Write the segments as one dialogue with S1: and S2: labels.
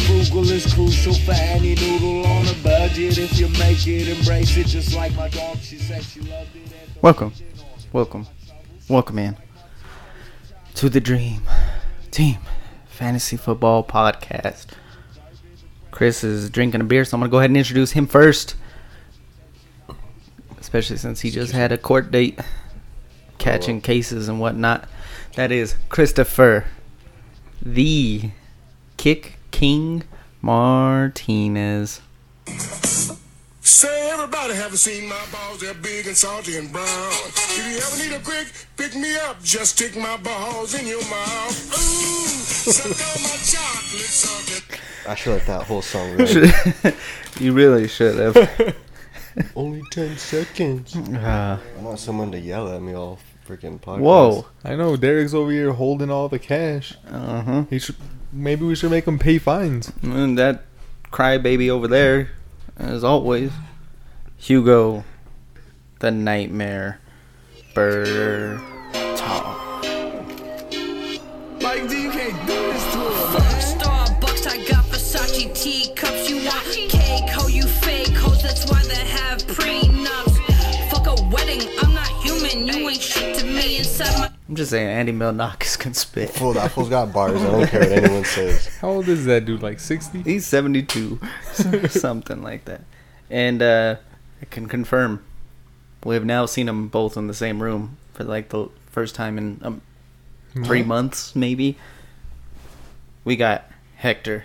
S1: is crucial for any noodle on a budget. If you make it, embrace it. Just like my dog, she said she loved it. at the
S2: Welcome.
S1: origin on it.
S2: Welcome. Welcome in to the Dream Team Fantasy Football Podcast. Chris is drinking a beer, so I'm going to go ahead and introduce him first. Especially since he just had a court date catching cases and whatnot. That is Christopher, the Kick King Martinez.
S3: Say everybody haven't seen my balls, they're big and salty and brown. If you ever need a quick, pick me up, just stick my balls in your mouth. Ooh, suck on my chocolate, suck it.
S4: I should let that whole song run.
S2: you really should have.
S4: Only 10 seconds.
S2: Uh,
S4: I want someone to yell at me all freaking podcast.
S2: whoa.
S5: I know Derek's over here holding all the cash.
S2: Uh huh.
S5: He should maybe we should make him pay fines.
S2: And Mm, that crybaby over there, as always, Hugo, the nightmare, Burr,
S6: Starbucks, I got Versace teacups. You want cake, ho, you fake hoes. That's why they have prenups. Fuck a wedding, I'm not human. You ain't shit to me inside my.
S2: I'm just saying, Andy Milnakis can spit.
S4: Fool, that fool's got bars. I don't care what anyone says.
S5: How old is that dude? Like sixty?
S2: He's 72, something like that. And uh, I can confirm, we have now seen them both in the same room for like the first time in um, three months, maybe. We got Hector.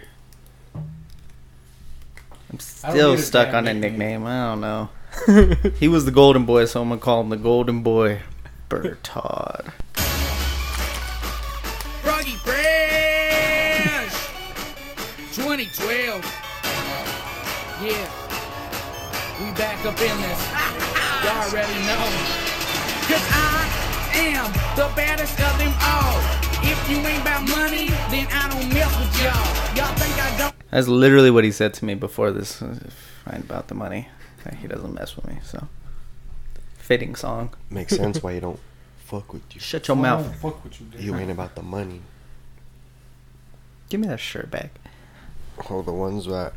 S2: I'm still stuck on that nickname. I don't know. he was the golden boy, so I'm gonna call him the golden boy, Bertod.
S7: Froggy Fresh 2012. Yeah, we back up in this. Y'all already know. Cause I am the baddest of them all. If you ain't about money, then I don't mess with y'all. Y'all think I don't.
S2: That's literally what he said to me before this. uh, Find about the money. Like, He doesn't mess with me, so fitting song.
S4: Makes sense why you don't fuck with you.
S2: Shut your mouth.
S5: Fuck what you did.
S4: You ain't about the money.
S2: Give me that shirt back.
S4: All the ones that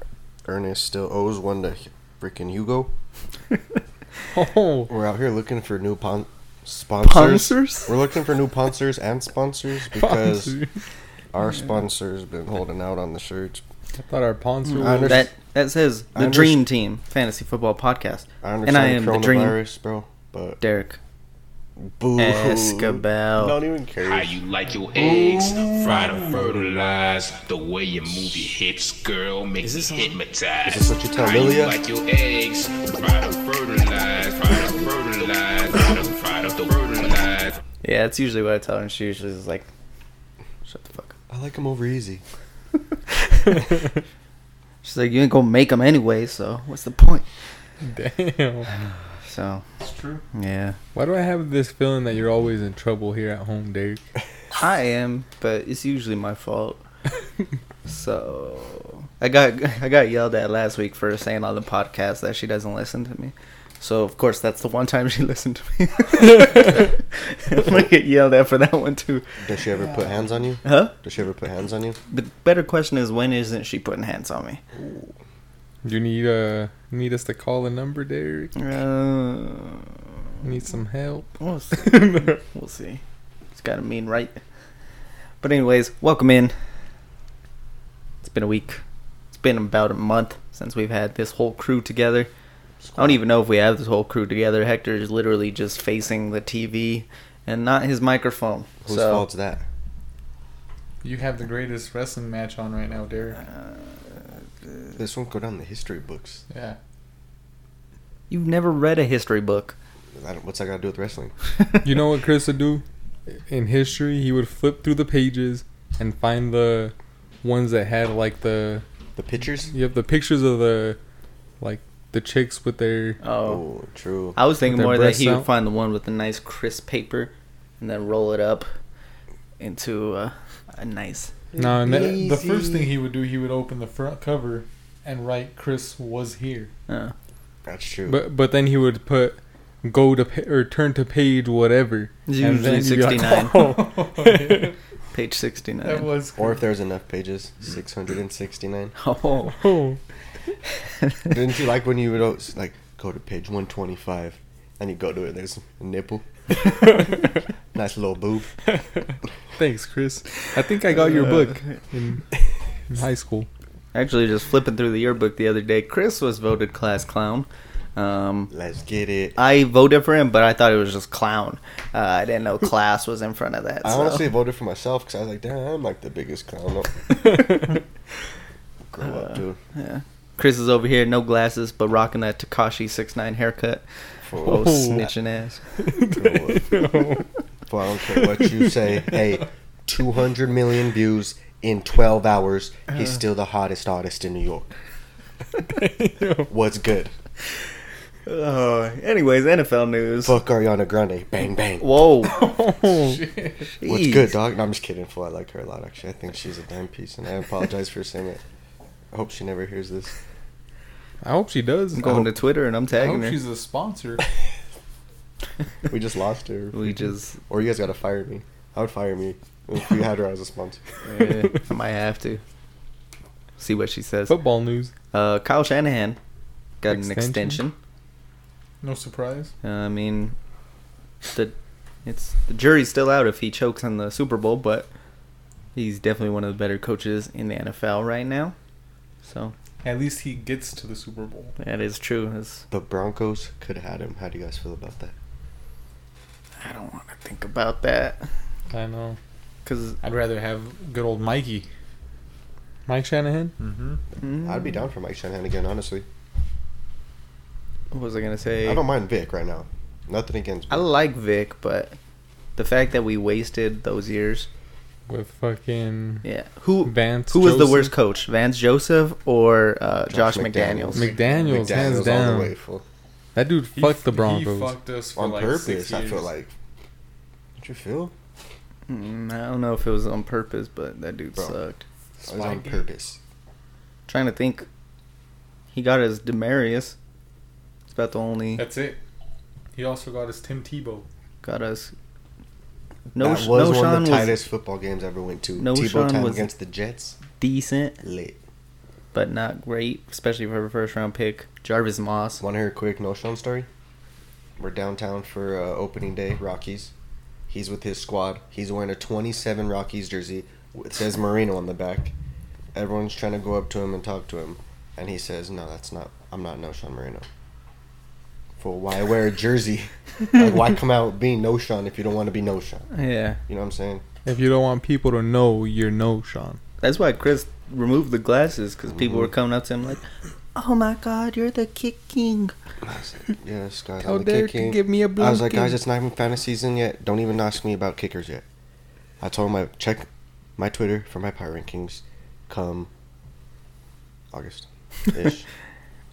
S4: Ernest still owes one to freaking Hugo.
S5: Oh,
S4: We're out here looking for new pon- sponsors.
S5: Sponsors?
S4: We're looking for new sponsors and sponsors because our sponsors been holding out on the shirts.
S5: I thought our pawns were.
S4: I under-
S2: That that says
S4: I
S2: the
S4: underst-
S2: Dream Team Fantasy Football Podcast.
S4: I
S2: And I am
S4: understand
S2: the dream,
S4: coronavirus, bro, but
S2: Derek
S4: boo.
S2: Escobar.
S4: Don't even care.
S8: How you like your eggs fried and fertilized? The way you move your hips, girl, makes me hypnotized.
S4: Is this what you tell
S8: How you
S4: Lilia?
S8: like your eggs fried and fertilized? Fried and fertilized. Fried and fried up the fertilized.
S2: Yeah, it's usually what I tell her. and She usually is like, "Shut the fuck up."
S4: I like him over easy.
S2: She's like, "You ain't gonna make them anyway, so what's the point?"
S5: Damn.
S2: So
S5: That's true.
S2: yeah,
S5: Why do I have this feeling that you're always in trouble here at home, Derek?
S2: I am, but it's usually my fault. so I got I got yelled at last week for saying on the podcast that she doesn't listen to me. So of course that's the one time she listened to me. I'm gonna get yelled at for that one too.
S4: Does she ever put hands on you?
S2: Huh?
S4: Does she ever put hands on you?
S2: The better question is when isn't she putting hands on me?
S5: You need uh need us to call a number, Derek?
S2: Uh,
S5: Need some help?
S2: we'll see. we'll see. It's got to mean right. But anyways, welcome in. It's been a week. It's been about a month since we've had this whole crew together. I don't even know if we have this whole crew together. Hector is literally just facing the TV and not his microphone.
S4: Whose
S2: so
S4: fault's that?
S5: You have the greatest wrestling match on right now,
S2: uh,
S5: Derek.
S4: This won't go down in the history books.
S5: Yeah.
S2: you've never read a history book.
S4: I don't- What's that got to do with wrestling?
S5: You know what Chris would do? In history, he would flip through the pages and find the ones that had like the
S4: The pictures?
S5: you have the pictures of the like the chicks with their
S2: Oh,
S4: Oh, true.
S2: I was thinking
S5: With their
S2: more that he
S5: breasts
S2: would
S5: out?
S2: find the one with the nice crisp paper and then roll it up into uh, a nice
S5: no. And that, the first thing he would do, he would open the front cover and write "Chris was here."
S2: uh,
S4: That's true.
S5: But but then he would put go to pa- or turn to page whatever.
S2: It's
S5: and
S2: usually
S5: then you'd be
S2: 69.
S5: oh.
S2: Page 69.
S5: That was.
S4: Or if there's enough pages, 669.
S2: Oh,
S5: Oh,
S4: Didn't you like when you would always, like go to page 125 and you go to it, there's a nipple. nice little boob.
S5: thanks, Chris. I think I got your book in, in high school.
S2: actually, just flipping through the yearbook the other day, Chris was voted class clown. Um,
S4: Let's get it. I,
S2: I voted for him, but I thought it was just clown. Uh, I didn't know class was in front of that. so.
S4: honestly voted for myself because I was like, damn, I'm like the biggest clown. Grow up, dude.
S2: Chris is over here, no glasses, but rocking that Takashi six nine haircut. Oh, snitching ass.
S4: Grow up. But I don't care what you say. Hey, 200 million views in 12 hours. He's
S2: Uh.
S4: still the hottest artist in New York. What's good?
S2: Oh,
S5: Uh,
S2: anyways, NFL news.
S4: Fuck Ariana Grande. Bang, bang.
S2: Whoa.
S4: What's good, dog? No, I'm just kidding. Fool. I like her a lot, actually. I think she's a dime piece, and I apologize for saying it. I hope she never hears this.
S5: I hope she does.
S2: I'm going to Twitter and I'm
S5: I
S2: tagging
S5: hope
S2: her.
S5: she's a sponsor.
S4: We just lost her.
S2: We just,
S4: Or you guys gotta fire me. I would fire me if we had her as a sponsor.
S2: eh, I might have to see what she says.
S5: Football news.
S2: Uh, Kyle Shanahan got an
S5: Extension?
S2: extension.
S5: No surprise.
S2: Uh, I mean, the it's the jury's still out if he chokes in the Super Bowl, but he's definitely one of the better coaches in the NFL right now. So
S5: At least he gets to the Super Bowl.
S2: that is true. It's,
S4: The Broncos could have had him. How do you guys feel about that?
S2: I don't want to think about that
S5: I know.
S2: because
S5: I'd rather have good old Mikey. Mike Shanahan?
S4: I'd
S2: Hmm.
S4: be down for Mike Shanahan again, honestly.
S2: what was I gonna say?
S4: I don't mind Vic right now. Nothing against.
S2: I like Vic, but the fact that we wasted those years.
S5: With fucking
S2: Yeah, who
S5: Vance
S2: who was the
S5: Joseph.
S2: worst coach, Vance Joseph or uh, Josh, McDaniels?
S5: McDaniels, hands down.
S4: fool.
S5: That dude fucked the Broncos.
S9: us
S4: on purpose. I feel like. Don't you feel?
S2: Mm, I don't know if it was on purpose, but that dude
S4: Bro.
S2: sucked.
S4: It was on purpose.
S2: Trying to think. He got his Demarius. It's about the only
S9: That's it. He also got his Tim Tebow.
S2: got us. No,
S4: No,
S2: Sh-
S4: that
S2: no
S4: was one
S2: Sean
S4: of the
S2: was
S4: tightest football games I ever went to.
S2: No
S4: Tebow
S2: Sean
S4: time
S2: was-
S4: against the Jets.
S2: decent,
S4: Lit.
S2: but not great, especially for a first round pick. Jarvis Moss.
S4: Want to hear a quick No Sean story? We're downtown for uh, opening day, Rockies. He's with his squad. He's wearing a 27 Rockies jersey. It says Marino on the back. Everyone's trying to go up to him and talk to him. And he says, No, that's not. I'm not No Sean Marino. For why wear a jersey? like, why come out being No Sean if you don't want to be No Sean?
S2: Yeah,
S4: You know what I'm saying?
S5: If you don't want people to know, you're no Sean.
S2: that's why Chris removed the glasses because people
S4: Mm-hmm.
S2: were coming up to him like, "Oh my God, you're the kick king."
S4: Yes, guys.
S5: How
S4: I'm the
S5: dare
S4: kick
S5: you
S4: king.
S5: give me a
S4: I was like,
S5: blinking.
S4: guys, it's not even fantasy season yet. Don't even ask me about kickers yet. I told him I check my Twitter for my power rankings come August ish.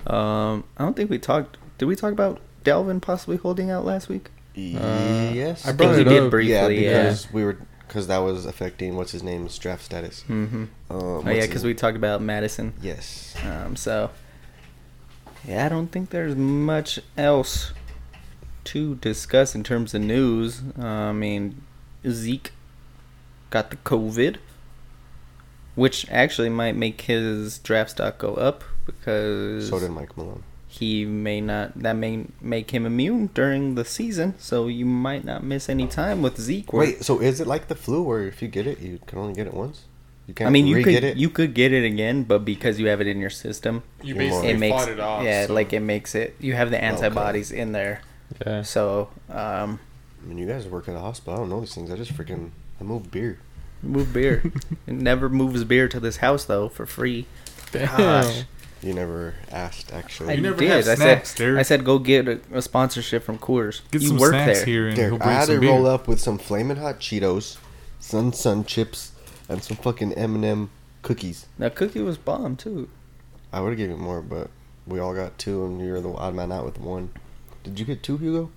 S2: Um, I don't think we talked. Did we talk about Dalvin possibly holding out last week?
S4: yes.
S5: Uh, I
S2: I think
S5: brought
S2: we
S5: it
S2: did
S5: up.
S4: yeah,
S2: briefly. Yeah,
S4: because we were because that was affecting what's his name's draft status. Mm-hmm. Um,
S2: oh yeah, because we talked about Madison.
S4: yes.
S2: Um, so, yeah, I don't think there's much else to discuss in terms of news. Uh, I mean, Zeke got the COVID, which actually might make his draft stock go up because
S4: So did Mike Malone.
S2: he may not that may make him immune during the season. So you might not miss any time with Zeke. where-
S4: Wait, so is it like the flu, where if you get it, you can only get it once? You can't
S2: I mean, you
S4: re-get
S2: could you could get it again, but because you have it in your system,
S9: You
S4: Your
S9: basically
S4: They
S2: it makes
S9: fought it off.
S2: yeah,
S9: so-
S2: like it makes it. You have the antibodies in there,
S5: Yeah.
S2: so um,
S4: I mean, you guys work at a hospital. I don't know these things. I just freaking I move beer.
S2: move beer. it never moves beer to this house though for free.
S5: Gosh.
S4: You never asked, actually.
S2: I
S9: never
S2: did.
S9: have
S2: I
S9: snacks,
S2: said
S9: Derek.
S2: I said go get a, a sponsorship from Coors.
S9: Get
S2: you
S9: some
S2: work
S9: snacks
S2: there.
S9: here and he'll
S4: Derek, I
S9: bring
S4: had to
S9: some beer.
S4: roll up with some flaming hot Cheetos, some sun chips, and some fucking M&M cookies.
S2: Now cookie was bomb too.
S4: I would have given more, but we all got two, and you were the odd man out with one. Did you get two, Hugo?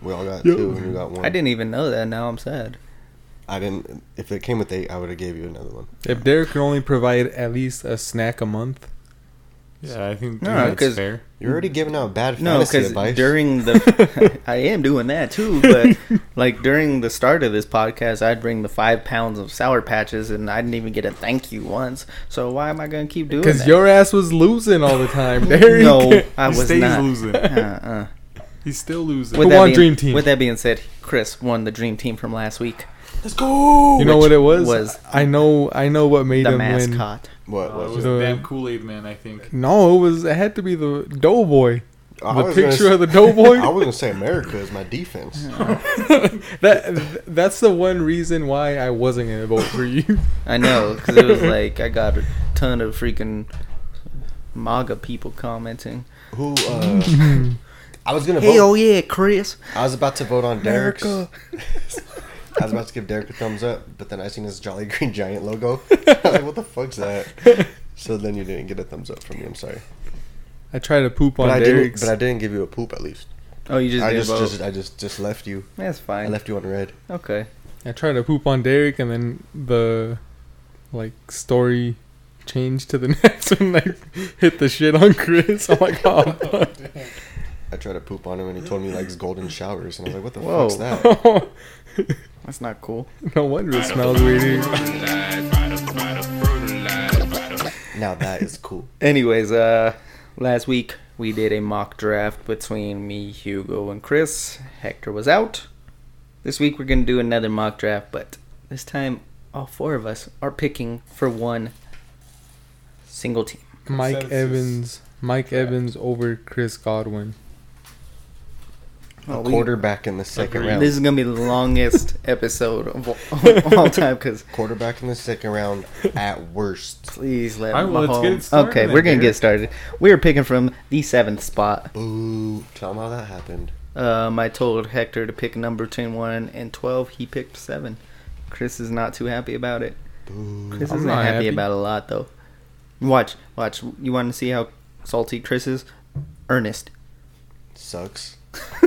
S4: We all got two, and you got one.
S2: I didn't even know that. Now I'm sad.
S4: I didn't. If it came with eight, I would have gave you another one.
S5: If Derek could only provide at least a snack a month,
S9: Yeah, I think,
S2: No,
S9: I think
S2: 'cause-
S9: that's fair.
S4: You're already giving out bad
S2: No,
S4: fantasy
S2: because
S4: advice.
S2: during the I am doing that too, but like during the start of this podcast, I'd bring the five pounds of sour patches, and I didn't even get a thank you once. So why am I gonna keep doing
S5: Because
S2: that?
S5: your ass was losing all the time. There
S2: no,
S5: you go.
S2: I
S9: he
S2: was
S9: stays
S2: not.
S9: losing.
S2: Uh-uh.
S9: He's still losing.
S2: With that
S5: on,
S2: being,
S5: Dream Team.
S2: With that being said, Chris won the dream team from last week.
S5: You know
S2: Which
S5: what it was?
S2: was
S5: I know. I know what made
S2: The
S5: him win.
S2: mascot.
S4: what
S9: Uh, it
S4: was
S9: was
S4: it?
S5: The-
S9: damn Kool Aid Man, I think.
S5: No, it was. It had to be the Doughboy.
S4: I
S5: The
S4: was gonna
S5: picture
S4: s-
S5: of the Doughboy.
S4: I was gonna say America is my defense.
S5: that that's the one reason why I wasn't gonna vote for you.
S2: I know, because it was like I got a ton of freaking MAGA people commenting.
S4: Who? Uh, I was gonna
S2: Hey,
S4: vote.
S2: oh yeah, Chris.
S4: I was about to vote on Derek's.
S2: America.
S4: I was about to give Derek a thumbs up, but then I seen his Jolly Green Giant logo. I was like, what the fuck's that? So then you didn't get a thumbs up from me. I'm sorry,
S5: I tried to poop on
S4: but I didn't.
S5: Derek's.
S4: But I didn't give you a poop. At least
S2: Oh, you just
S4: I
S2: did
S4: just,
S2: vote.
S4: just I just just left you.
S2: That's
S4: I
S2: fine.
S4: left you on red.
S2: Okay.
S5: I tried to poop on Derek, and then the like story changed to the next one. I hit the shit on Chris. I'm like, oh, fuck.
S4: I tried to poop on him, and he told me he likes golden showers, and I was like, what the
S2: Whoa.
S4: fuck's that?
S2: That's not cool.
S5: no wonder it smells weird. here.
S4: now that is cool.
S2: Anyways, uh, last week we did a mock draft between me, Hugo, and Chris. Hector was out. This week we're gonna do another mock draft, but this time all four of us are picking for one single team.
S5: Mike
S9: Consensus.
S5: Evans. Mike Evans over Chris Godwin.
S2: Oh, we-
S4: Quarterback in the second
S9: Agreed.
S4: round.
S2: This is gonna be the longest episode of all, of all time because
S4: Quarterback in the second round at worst.
S2: please let
S9: All right, well, let's get it
S2: Mahomes-
S9: started
S2: okay,
S9: then,
S2: we're gonna
S9: Derek.
S2: get started. We're picking from the seventh spot.
S4: Ooh, tell him how that happened.
S2: Um, I told Hector to pick a number between one and twelve. He picked seven. Chris is not too happy about it. Chris
S5: I'm
S2: isn't
S5: not
S2: happy,
S5: happy.
S2: about a lot though. Watch, watch. You want to see how salty Chris is? Ernest.
S4: Sucks,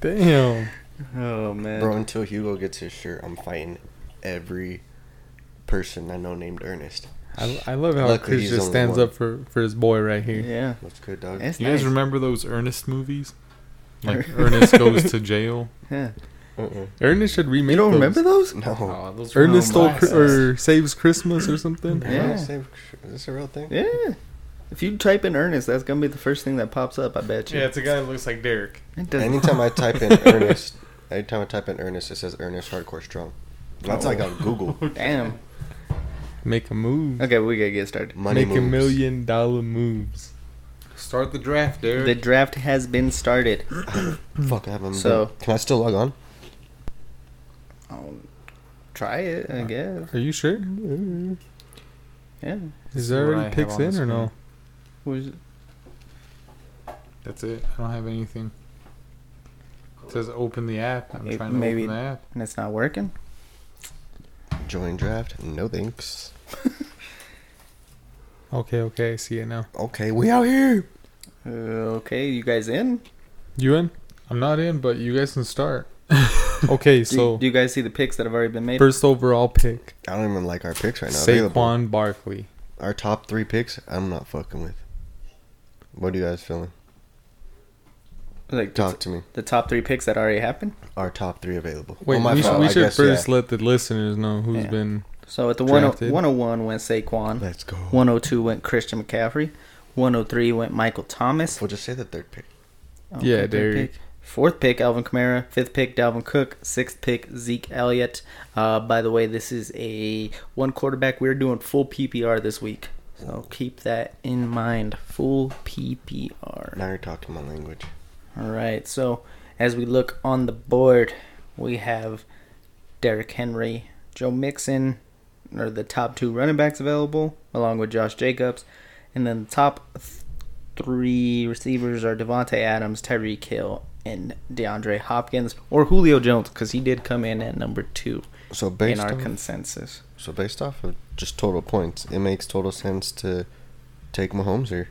S5: Damn.
S2: Oh man.
S4: bro. Until Hugo gets his shirt, I'm fighting every person I know named Ernest.
S5: I, I love how
S4: Luckily,
S5: Chris
S4: he's
S5: just
S4: only
S5: stands
S4: one.
S5: up for, for his boy right here.
S2: Yeah.
S4: That's good, dog.
S2: That's
S9: You
S2: nice.
S9: guys remember those Ernest movies? Like Ernest goes to jail.
S2: Yeah.
S4: Uh-uh.
S5: Ernest should remake.
S2: You don't
S5: those.
S2: remember those?
S4: No.
S9: Oh, those were
S5: Ernest stole
S9: classics.
S5: Chri- or saves Christmas or something.
S2: Yeah.
S4: Am I safe? Is this a real thing?
S2: Yeah. If you type in Ernest, that's gonna be the first thing that pops up. I bet you.
S9: Yeah, it's a guy that looks like Derek.
S2: It doesn't-
S4: Anytime I type in Ernest, anytime I type in Ernest, it says Ernest Hardcore Strong. That's like
S5: Oh.
S4: on Google.
S2: Damn.
S5: Make a move.
S2: Okay, we gotta get started.
S4: Money
S5: Make
S4: moves.
S5: a million dollar moves.
S9: Start the draft, Derek.
S2: The draft has been started.
S4: Fuck, I haven't.
S2: So-
S4: been- can I still log on?
S2: I'll try it, I guess.
S5: Are you sure?
S2: Yeah.
S5: Is there
S9: what I
S5: already
S9: have
S5: picks
S9: on the
S5: in or no?
S2: Was-
S9: That's it. I don't have anything. It says open the app. I'm
S2: May-
S9: trying to
S2: maybe-
S9: open the app.
S2: And it's not working.
S4: Join draft? No thanks.
S5: Okay, okay, I see it now.
S4: Okay, we out here.
S2: Uh, okay, you guys in?
S5: You in?
S9: I'm not in, but you guys can start.
S5: Okay,
S2: Do,
S5: so
S2: do you guys see the picks that have already been made?
S5: first overall pick,
S4: I don't even like our picks right now. Available.
S5: Saquon Barkley.
S4: Our top three picks, I'm not fucking with. What are you guys feeling?
S2: like the,
S4: Talk to me.
S2: the top three picks that already happened.
S4: Our top three available.
S5: Wait,
S4: Oh, my
S5: we, should,
S4: fault,
S5: we
S4: I
S5: should
S4: guess,
S5: first
S4: yeah.
S5: let the listeners know who's
S2: Yeah.
S5: been.
S2: So at the oh, 10,
S5: Drafted.
S2: 101 went Saquon.
S4: Let's go.
S2: 102 went Christian McCaffrey. 103 went Michael Thomas.
S4: We'll just say the third pick.
S2: Okay,
S5: Yeah,
S2: third
S5: there you-
S2: pick. Fourth pick, Alvin Kamara. Fifth pick, Dalvin Cook. Sixth pick, Zeke Elliott. Uh, by the way, this is a one quarterback. We're doing full PPR this week. So keep that in mind. Full PPR.
S4: Now you're talking my language.
S2: All right. So as we look on the board, we have Derrick Henry, Joe Mixon, are the top two running backs available, along with Josh Jacobs, and then the top th- three receivers are Devonte Adams, Tyreek Hill, and DeAndre Hopkins, or Julio Jones, because he did come in at number two
S4: So
S2: in
S4: based
S2: our
S4: on-
S2: consensus.
S4: So based off of just total points, it makes total sense to take Mahomes here.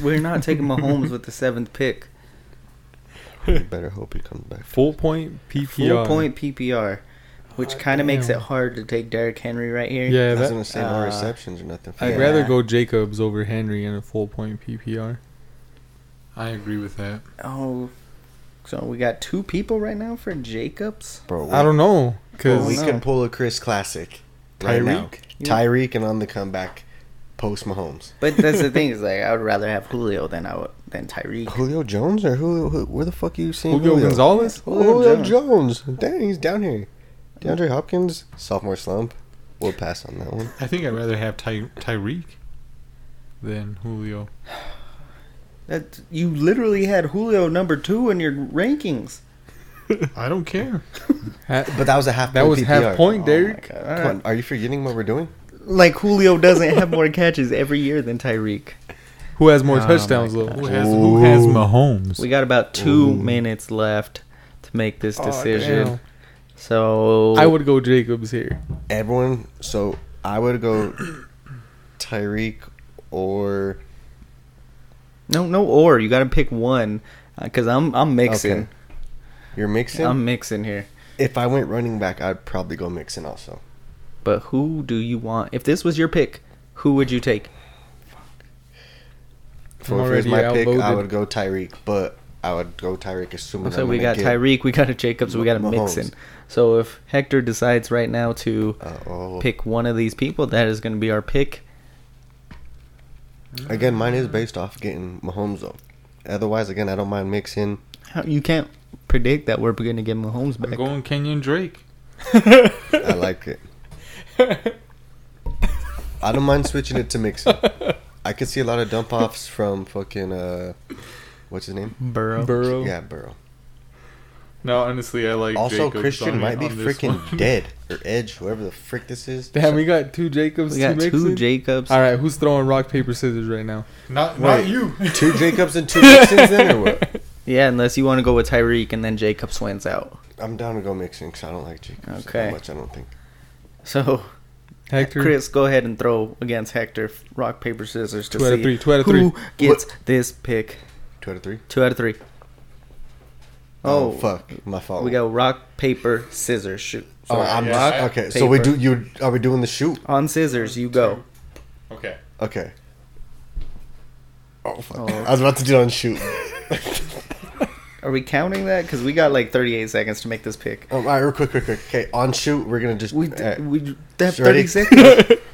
S2: We're not taking Mahomes with the seventh pick.
S4: You better hope he comes back.
S5: Full point PPR.
S2: Full point PPR. which kind of makes it
S5: damn.
S2: hard to take Derrick Henry right here.
S5: Yeah,
S4: I was
S5: that,
S4: gonna say no
S2: uh,
S4: receptions or nothing. For
S5: I'd
S4: that.
S5: rather
S2: Yeah.
S5: go Jacobs over Henry in a full point PPR.
S9: I agree with that.
S2: Oh, so we got two people right now for Jacobs.
S4: bro.
S5: I don't know
S4: Well, we
S5: because
S2: no.
S4: can pull a Chris classic. Right now.
S2: Yeah.
S4: Tyreek and on the comeback, post Mahomes.
S2: But that's the thing is like I would rather have Julio than I would, than Tyreek.
S4: Julio Jones or Julio? Who, where the fuck are you seeing
S5: Julio Gonzalez.
S4: Julio,
S2: Julio
S4: Jones. Dang, he's down here. DeAndre Hopkins, sophomore slump. We'll pass on that one.
S9: I think I'd rather have Ty- Tyreek than Julio.
S2: That you literally had Julio number two in your rankings.
S9: I don't care.
S5: Ha-
S4: But that was a half.
S5: that
S4: point
S5: was
S4: PPR.
S5: half point, Derek.
S2: God, all
S4: Oh. Come
S2: right.
S4: on, are you forgetting what we're doing?
S2: Uh, Like Julio doesn't have more catches every year than Tyreek.
S5: Who has more
S9: Oh
S5: touchdowns
S9: my
S5: though?
S9: Who has who has Mahomes?
S2: We got about two minutes left to make this decision.
S5: damn.
S2: so
S5: I would go Jacobs here.
S4: Everyone. So I would go Tyreek or
S2: no no or you got to pick one because I'm I'm mixing
S4: Okay. you're mixing.
S2: I'm mixing here.
S4: if I went running back, I'd probably go mixing also.
S2: But who do you want? If this was your pick, who would you take?
S4: So if it was
S5: already
S4: my pick, I
S5: outvoted.
S4: would go Tyreek, but I would go Tyreek assuming
S2: So
S4: I'm
S2: we got
S4: gonna get-
S2: Tyreek, we got a Jacobs, we got a
S4: Mahomes.
S2: Mixon. So if Hector decides right now to
S4: Uh-oh.
S2: pick one of these people, that is going to be our pick.
S4: Again, mine is based off getting Mahomes though. Otherwise, again, I don't mind mixing.
S2: How- You can't predict that we're going to get Mahomes
S9: I'm
S2: back.
S9: going Kenyon Drake.
S4: I like it. I don't mind switching it to mixing. I could see a lot of dump offs from fucking uh, what's his name?
S2: Burrow.
S5: Burrow.
S4: Yeah, Burrow.
S9: No, honestly, I like.
S4: Also,
S9: Jacobs
S4: Christian
S9: on-
S4: might be
S9: on this
S4: freaking
S9: one.
S4: dead or Edge, whoever the frick this is.
S5: Damn, we got two Jacobs.
S2: We got
S5: two,
S2: two
S5: Mixon.
S2: Jacobs.
S5: All right, who's throwing rock paper scissors right now?
S9: Not,
S4: Wait.
S9: not you.
S4: Two Jacobs and two Mixons then, or what?
S2: Yeah, unless you want to go with Tyreek and then Jacobs wins out.
S4: I'm down to go mixing because I don't like Jacobs that
S2: Okay.
S4: much. I don't think.
S2: So,
S5: Hector.
S2: Chris, go ahead and throw against Hector rock, paper, scissors to
S5: Two out of
S2: see
S5: three, two out of
S2: who
S5: three.
S2: gets this pick.
S4: Two out of three.
S2: Two out of three.
S4: Oh, fuck, my fault.
S2: We got rock, paper, scissors. Shoot.
S4: Oh,
S2: Sorry.
S4: I'm
S9: Yeah.
S4: just- okay. So we do
S2: Paper.
S4: you are we doing the shoot?
S2: On scissors, you go.
S9: Okay.
S4: Okay. Oh fuck! I was about to do on shoot.
S2: Are we counting that? Because we got like 38 seconds to make this pick. Uh,
S4: Um, all right, real quick, quick, quick. Okay, on shoot, we're gonna just uh,
S2: We
S4: all right.
S2: we have 30
S4: Ready?
S2: seconds.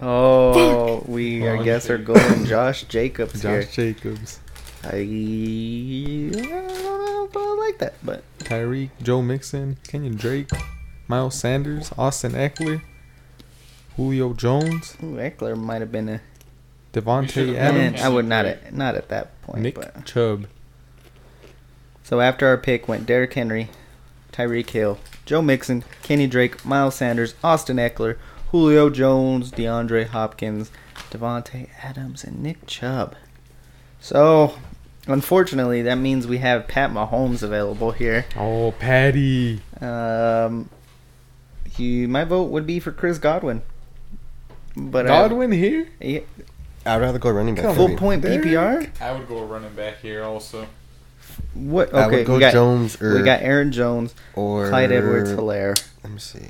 S2: oh, we I guess are going Josh Jacobs
S5: Josh
S2: here.
S5: Jacobs.
S2: I, I don't know if I like that, but
S5: Tyreek, Joe Mixon, Kenyon Drake, Miles Sanders, Austin Eckler, Julio Jones,
S2: ooh, Eckler might have been a.
S5: Devontae
S2: Man,
S5: Adams,
S2: I would not at not at that point.
S5: Nick
S2: But
S5: Chubb.
S2: so after our pick went Derrick Henry, Tyreek Hill, Joe Mixon, Kenny Drake, Miles Sanders, Austin Eckler, Julio Jones, DeAndre Hopkins, Devontae Adams, and Nick Chubb. So unfortunately, that means we have Pat Mahomes available here.
S5: Oh, Patty.
S2: Um, he, my vote would be for Chris Godwin. But I-
S5: Godwin here?
S2: yeah,
S4: I'd rather go running back.
S2: full
S4: three.
S2: point BPR.
S9: I would go running back here also.
S2: What? Okay,
S4: I would go
S2: we got
S4: Jones or
S2: we got Aaron Jones,
S4: or
S2: Clyde Edwards Hilaire.
S4: Let me see.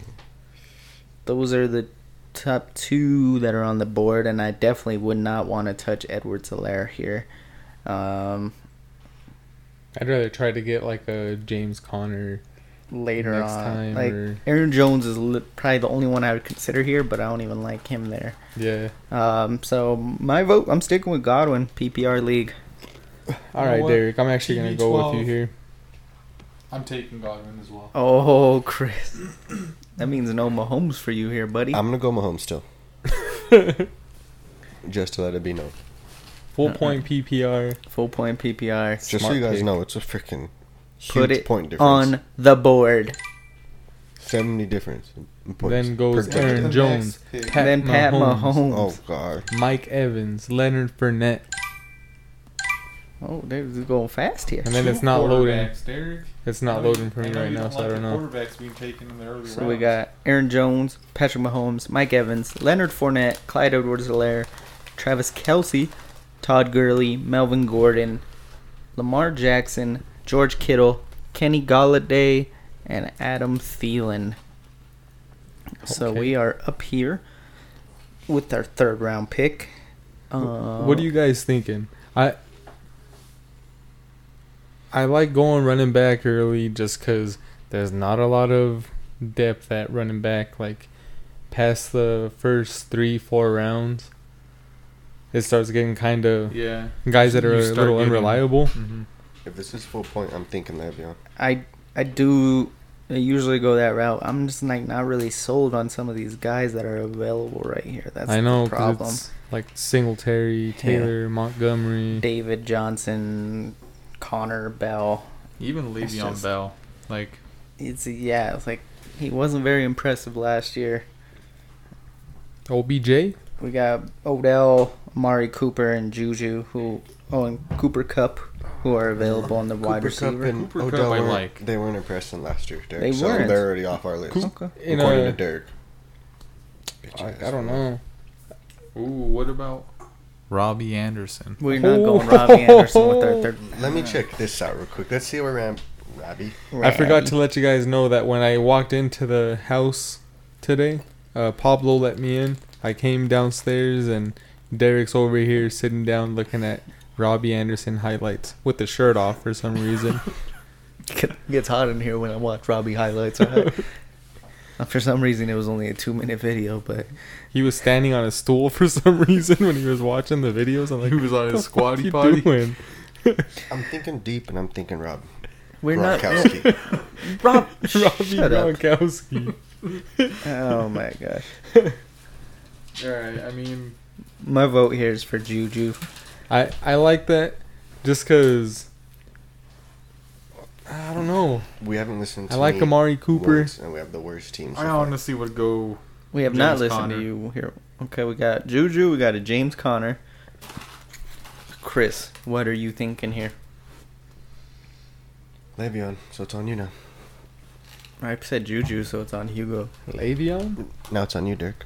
S2: Those are the top two that are on the board, and I definitely would not want to touch Edwards Hilaire here. Um,
S5: I'd rather try to get like a James Conner.
S2: later
S5: Next
S2: on,
S5: time
S2: like
S5: or-
S2: Aaron Jones is li- probably the only one I would consider here, but I don't even like him there.
S5: Yeah.
S2: Um, so my vote, I'm sticking with Godwin PPR league.
S5: All
S9: know
S5: right,
S9: what?
S5: Derek. I'm actually going to go with you
S9: TB12.
S5: here.
S9: I'm taking Godwin as well.
S2: Oh, Chris, that means no Mahomes for you here, buddy.
S4: I'm gonna go Mahomes still. just to let it be known.
S5: Full point PPR.
S2: Full point PPR.
S4: Just so
S5: Smart
S4: you guys
S5: pick.
S4: know, it's a freaking huge
S2: Put it
S4: point difference.
S2: on the board.
S4: seventy difference. in points.
S5: Then goes
S4: Projected.
S5: Aaron Jones, Pat
S2: then Pat Mahomes.
S4: Oh god.
S5: Mike Evans, Leonard Fournette.
S2: Oh, they're just going fast here.
S5: And then it's not loading.
S9: Quarterbacks, Derek.
S5: It's not loading for me right now, so I don't know.
S9: Quarterbacks being taken in the early
S2: So we got Aaron Jones, Patrick Mahomes, Mike Evans, Leonard Fournette, Clyde Edwards Hilaire, Travis Kelsey, Todd Gurley, Melvin Gordon, Lamar Jackson, George Kittle, Kenny Galladay, and Adam Thielen. So
S5: Okay.
S2: we are up here with our third round pick. Uh,
S5: what are you guys thinking? I I like going running back early just because there's not a lot of depth at running back. Like past the first three, four rounds, it starts getting kind of
S9: Yeah.
S5: guys that are
S9: You
S5: a
S9: start
S5: little
S9: getting- Mm-hmm.
S5: unreliable.
S4: If this is full point, I'm thinking Le'Veon.
S2: I I do usually go that route. I'm just like not really sold on some of these guys that are available right here. That's
S5: I know
S2: the
S5: 'cause
S2: problem.
S5: it's like Singletary, Taylor, Montgomery.
S2: David Johnson, Connor Bell.
S9: Even
S2: That's
S9: Le'Veon
S2: just-
S9: Bell. Like,
S2: It's yeah, it's like he wasn't very impressive last year.
S5: OBJ.
S2: We got Odell, Amari Cooper, and Juju, who oh, and Cooper Cup, who are available on the wide
S4: Cooper Cup
S2: receiver.
S4: and
S9: Cooper Kupp
S4: Odell
S9: I
S4: weren't-
S9: like.
S4: They weren't impressed in last year, Derek.
S2: They
S4: so
S2: weren't.
S4: they're already off our list.
S2: okay.
S5: In
S4: according
S5: a-
S4: to Derek. Bitch
S5: I,
S4: ass
S5: I don't
S4: fool.
S5: know.
S9: ooh, what about Robbie Anderson?
S2: We're not going Robbie Anderson with our third.
S4: Let me check this out real quick. Let's see where Ram Robbie.
S5: I forgot to let you guys know that when I walked into the house today, uh, Pablo let me in. I came downstairs and Derek's over here sitting down looking at Robbie Anderson highlights with the shirt off for some reason.
S2: It gets hot in here when I watch Robbie highlights. Right? For some reason, it was only a two-minute video, but
S5: he was standing on a stool for some reason when he was watching the videos. I'm like,
S9: He was on
S5: "What the fuck
S9: his squatty
S5: you
S9: potty."
S5: doing?"
S4: I'm thinking deep and I'm thinking Rob.
S2: we're not.
S4: Gronkowski.
S2: Rob,
S5: Robbie
S2: shut up.
S5: Gronkowski.
S2: Oh my gosh,
S9: Alright, I mean,
S2: my vote here is for Juju.
S5: I I like that just because I don't know.
S4: we haven't listened to
S5: I like
S4: me
S5: Amari Cooper.
S4: once, and we have the worst team. So
S9: I
S4: far.
S9: honestly would go.
S2: We have
S9: James
S2: not listened
S9: Conner.
S2: to you here. Okay, we got Juju, we got a James Conner. Chris, what are you thinking here?
S4: Le'Veon, so it's on you now.
S2: I said Juju, so it's on Hugo.
S5: Le'Veon
S4: Now it's on you, Derek.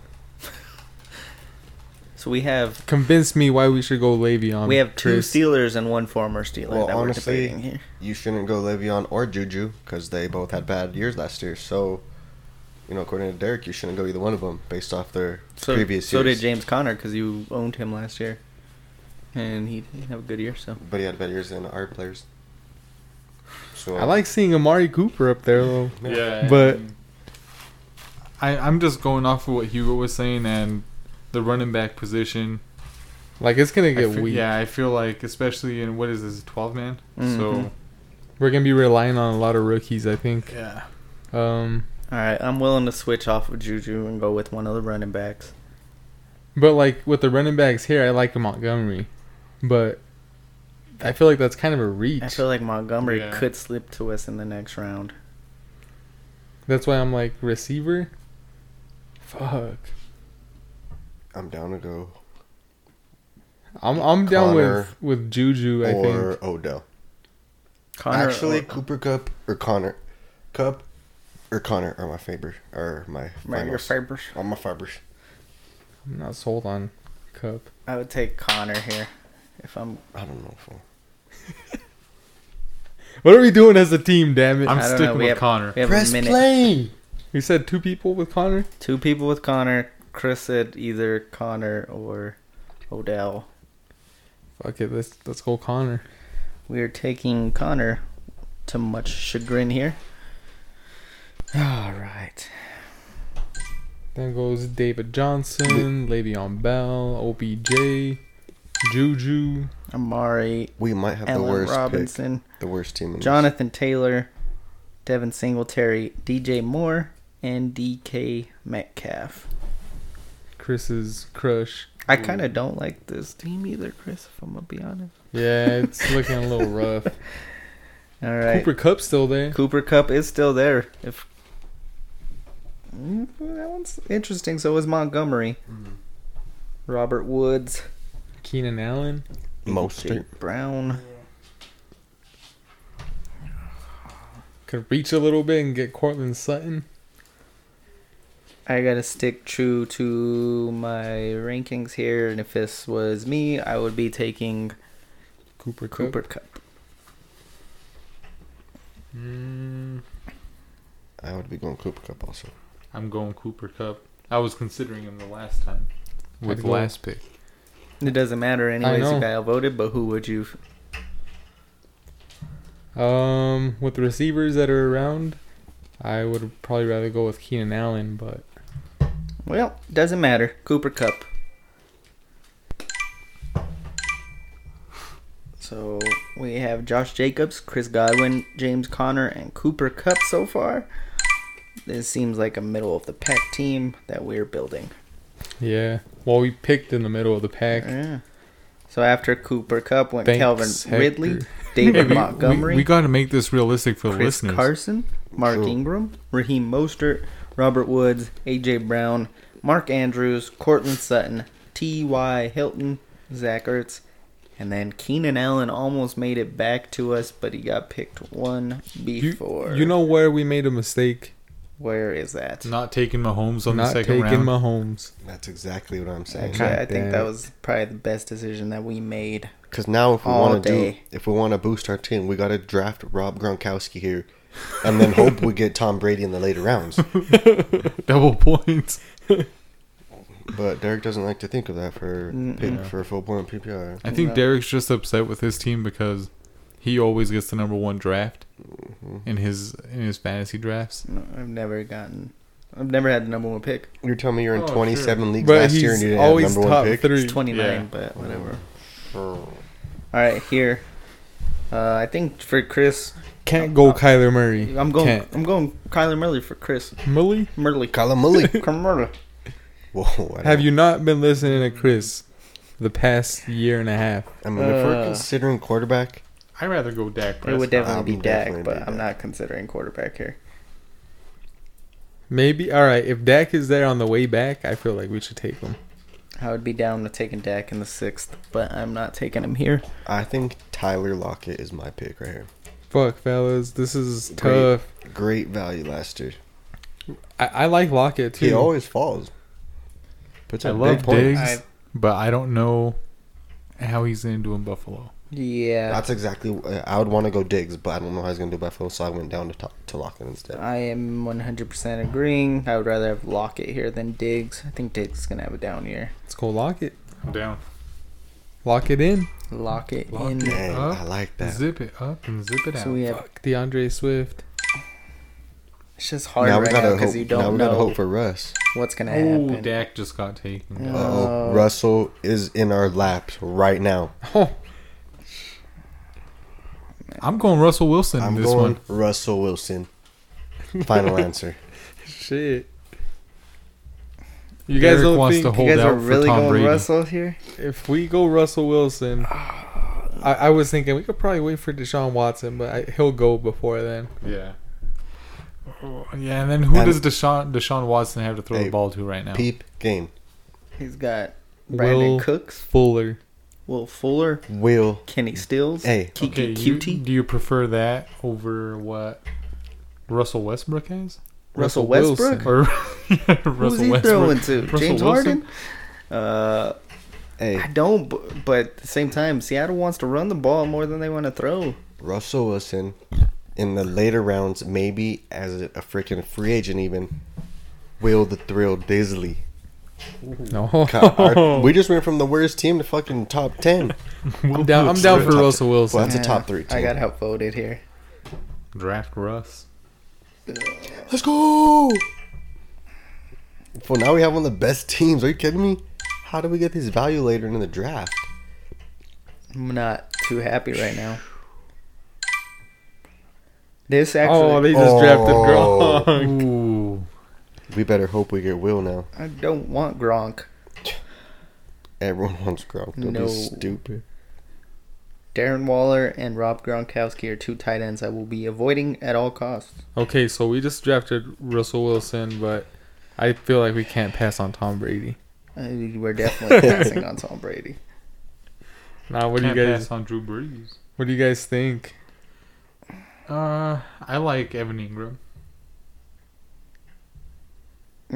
S2: So we have
S5: convince me why we should go Le'Veon.
S2: we have two
S5: Chris.
S2: Steelers and one former Steeler
S4: Um, Well,
S2: that we're
S4: honestly,
S2: debating here.
S4: you shouldn't go Le'Veon or Juju because they both had bad years last year. So, you know, according to Derek, you shouldn't go either one of them based off their
S2: So,
S4: previous
S2: so
S4: years.
S2: did James Conner because you owned him last year, and he didn't have a good year. So
S4: But he had better years than our players. So
S5: I like seeing Amari Cooper up there though.
S9: Yeah,
S5: But-
S9: I mean, I, I'm just going off of what Hugo was saying and the running back position.
S5: Like it's gonna
S9: I
S5: get
S9: fe-
S5: weak.
S9: Yeah, I feel like especially in what is this 12 man.
S2: Mm-hmm.
S9: So
S5: We're gonna be relying on a lot of rookies, I think.
S9: yeah,
S5: Um,
S2: all right, I'm willing to switch off of Juju and go with one of the running backs.
S5: but like with the running backs here, I like Montgomery, but I feel like that's kind of a reach.
S2: I feel like Montgomery
S9: Yeah.
S2: could slip to us in the next round.
S5: that's why I'm like receiver. Fuck.
S4: I'm down to go
S5: I'm I'm down
S4: Connor
S5: with with Juju. I
S4: or
S5: think
S4: Odell.
S2: Connor
S4: Actually,
S2: or-
S4: Cooper Cup or Connor Cup or Connor are my favorite. Are my
S2: Right, your
S4: finals.
S2: favors.
S4: Are my fibers.
S5: I'm not sold on Cup.
S2: I would take Connor here. If I'm,
S4: I don't know. Fool.
S5: What are we doing as a team? Damn it!
S9: I'm
S2: I don't know,
S9: sticking
S2: we
S9: with
S2: have-
S9: Connor.
S2: we have a minute.
S5: play. We said two people with Connor.
S2: Two people with Connor. Chris said either Connor or Odell.
S5: Fuck it. Let's let's go Connor.
S2: We are taking Connor to much chagrin here. All right.
S5: Then goes David Johnson, Le'Veon Bell, OBJ, Juju.
S2: Amari,
S4: We might have the
S2: Allen
S4: worst
S2: Robinson,
S4: pick. The worst team. In this.
S2: Jonathan Taylor, Devin Singletary, DJ Moore, and DK Metcalf.
S5: Chris's crush.
S2: I kind of don't like this team either, Chris, if I'm going to be honest.
S5: Yeah, it's looking a little rough.
S2: All right.
S5: Cooper Cup's still there.
S2: Cooper Cup is still there. If Mm, that one's interesting, so is Montgomery, Robert Woods,
S5: Keenan Allen.
S4: Mostert.
S2: Jake Brown.
S5: Could reach a little bit and get Cortland Sutton.
S2: I gotta stick true to my rankings here, and if this was me, I would be taking
S5: Cooper Cup.
S2: Cooper Cup.
S5: Mm,
S4: I would be going Cooper Cup also.
S9: I'm going Cooper Cup. I was considering him the last time.
S5: With
S9: I'd
S5: the
S9: go-
S5: last pick.
S2: It doesn't matter anyways
S5: know.
S2: if I voted, but who would you?
S5: Um, with the receivers that are around, I would probably rather go with Keenan Allen, but
S2: Well, doesn't matter. Cooper Cup. So we have Josh Jacobs, Chris Godwin, James Conner, and Cooper Cup so far. This seems like a middle of the pack team that we're building.
S5: yeah. Well, we picked in the middle of the pack.
S2: Yeah. So after Cooper Cup went
S5: Thanks,
S2: Calvin
S5: Hector.
S2: Ridley, David
S9: We-
S2: Montgomery,
S9: We, got to make this realistic for the
S2: Chris
S9: listeners.
S2: Carson, Mark
S4: True.
S2: Ingram, Raheem Mostert, Robert Woods, AJ Brown, Mark Andrews, Cortland Sutton, T.Y. Hilton, Zach Ertz, and then Keenan Allen almost made it back to us, but he got picked one
S5: You,
S2: before.
S5: you know where we made a mistake?
S2: where is that?
S9: Not taking Mahomes on the
S5: Not
S9: second
S5: taking
S9: round.
S5: Mahomes.
S4: That's exactly what I'm saying.
S2: Actually, I think that
S5: Goddamn.
S2: was probably the best decision that we made.
S4: Because now, if we
S2: All
S4: want to do,
S2: day.
S4: if we want to boost our team, we got to draft Rob Gronkowski here, and then hope we get Tom Brady in the later rounds.
S9: Double points.
S4: But Derek doesn't like to think of that for pit, for full point PPR.
S9: I think Derek's just upset with his team because he always gets the number one draft in his in his fantasy drafts.
S2: No, I've never gotten. I've never had the number one pick.
S4: You're telling me you're in
S9: Oh,
S4: 27 leagues
S5: But
S4: last year and
S5: he's
S4: you didn't have
S5: always
S4: number one
S5: top
S4: pick.
S5: three.
S2: It's 29,
S9: Yeah.
S2: but whatever.
S4: Oh.
S2: All right, here. Uh, I think for Chris,
S5: Can't go Kyler Murray.
S2: I'm going.
S5: Can't.
S2: I'm going Kyler Murray for Chris.
S5: Murray?
S2: Murley.
S4: Kyler Murray.
S2: Kamura.
S4: Whoa. I
S5: Have you not been listening to Chris the past year and a half?
S4: I mean, if we're
S2: Uh,
S4: considering quarterback,
S9: I'd rather go
S2: It
S9: Dak
S2: would
S9: Prescott.
S4: I'll
S2: definitely be
S4: definitely
S2: Dak, but
S4: be
S2: I'm
S4: Dak.
S2: not considering quarterback here.
S5: Maybe all right. If Dak is there on the way back, I feel like we should take him.
S2: I would be down to taking Dak in the sixth, but I'm not taking him here.
S4: I think Tyler Lockett is my pick right here.
S5: Fuck, fellas, this is
S4: Great.
S5: tough.
S4: Great value last year.
S5: I, I like Lockett too.
S4: He always falls. Puts
S9: I
S4: up
S9: love
S4: big points.
S9: Diggs,
S2: I-
S9: but I don't know how he's going to do in Buffalo.
S2: Yeah,
S4: That's exactly. uh, I would want to go Diggs, but I don't know how he's gonna do Buffalo, so I went down to to, to Lockett
S9: Uh-huh.
S4: instead.
S2: I am 100% agreeing. I would rather have Lockett here than Diggs. I think Diggs is gonna have a down year.
S5: Let's go Lockett.
S9: I'm down.
S5: Lock it in.
S2: Lockett
S9: Lock
S2: in.
S9: it.
S4: Dang,
S9: Up.
S4: I like that.
S9: Zip it up and zip it out.
S2: So we have.
S5: Fuck DeAndre Swift.
S2: It's just hard
S4: now we
S2: right
S4: gotta
S2: now
S4: hope.
S2: because you
S4: now
S2: don't
S4: we gotta
S2: know
S4: hope for Russ.
S2: what's gonna
S9: oh,
S2: happen.
S9: Dak just got taken.
S4: Uh oh, Russell is in our laps right now.
S5: Oh,
S9: I'm going Russell Wilson
S4: I'm
S9: in this
S4: going
S9: one.
S4: Russell Wilson. Final answer.
S5: shit. You guys
S9: Derek
S5: don't
S9: wants
S5: think
S9: to
S2: you
S9: hold
S2: guys
S9: out
S2: are really
S9: for Tom
S2: going
S9: Brady.
S2: Russell here?
S5: if we go Russell Wilson? I, I was thinking we could probably wait for Deshaun Watson, but I, he'll go before then.
S9: Yeah. Oh, Yeah, and then who
S4: And-
S9: does Deshaun Deshaun Watson have to throw
S4: Hey,
S9: the ball to right now?
S4: Peep game.
S2: He's got Brandon
S5: Will
S2: Cooks,
S5: Fuller.
S2: Will Fuller,
S4: Will.
S2: Kenny Stills,
S4: Hey.
S2: Kiki
S9: you-
S2: Cutie,
S9: do you prefer that over what Russell Westbrook has?
S2: Russell,
S5: Russell
S2: Westbrook.
S5: Wilson.
S9: Or yeah, Russell
S2: Who's he
S9: Westbrook.
S2: throwing to?
S9: Russell
S2: James
S9: Wilson?
S2: Harden? Uh,
S4: Hey,
S2: I don't, bu- but at the same time, Seattle wants to run the ball more than they want to throw.
S4: Russell Wilson in the later rounds, maybe as a, a freaking free agent, even. Will the thrill Disley.
S5: No,
S4: Ca- our- we just went from the worst team to fucking top 10.
S5: I'm down. I'm down for
S4: Top-
S5: Russell
S4: Well,
S5: Wilson.
S4: that's a top three team.
S2: I got outvoted here.
S9: Draft Russ.
S4: Let's go! Well, now we have one of the best teams. Are you kidding me? How do we get these value later in the draft?
S2: I'm not too happy right now. This actually,
S5: Oh, they just
S4: Oh.
S5: drafted Gronk.
S9: Ooh.
S4: We better hope we get Will now.
S2: I don't want Gronk.
S4: Everyone wants Gronk. Don't
S2: No.
S4: be stupid.
S2: Darren Waller and Rob Gronkowski are two tight ends I will be avoiding at all costs.
S5: Okay, so we just drafted Russell Wilson, but I feel like we can't pass on Tom Brady.
S2: Uh, We're definitely passing on Tom Brady.
S5: Now, what do you
S9: Can't
S5: guys
S9: pass on Drew Brees.
S5: what do you guys think?
S9: Uh, I like Evan Ingram.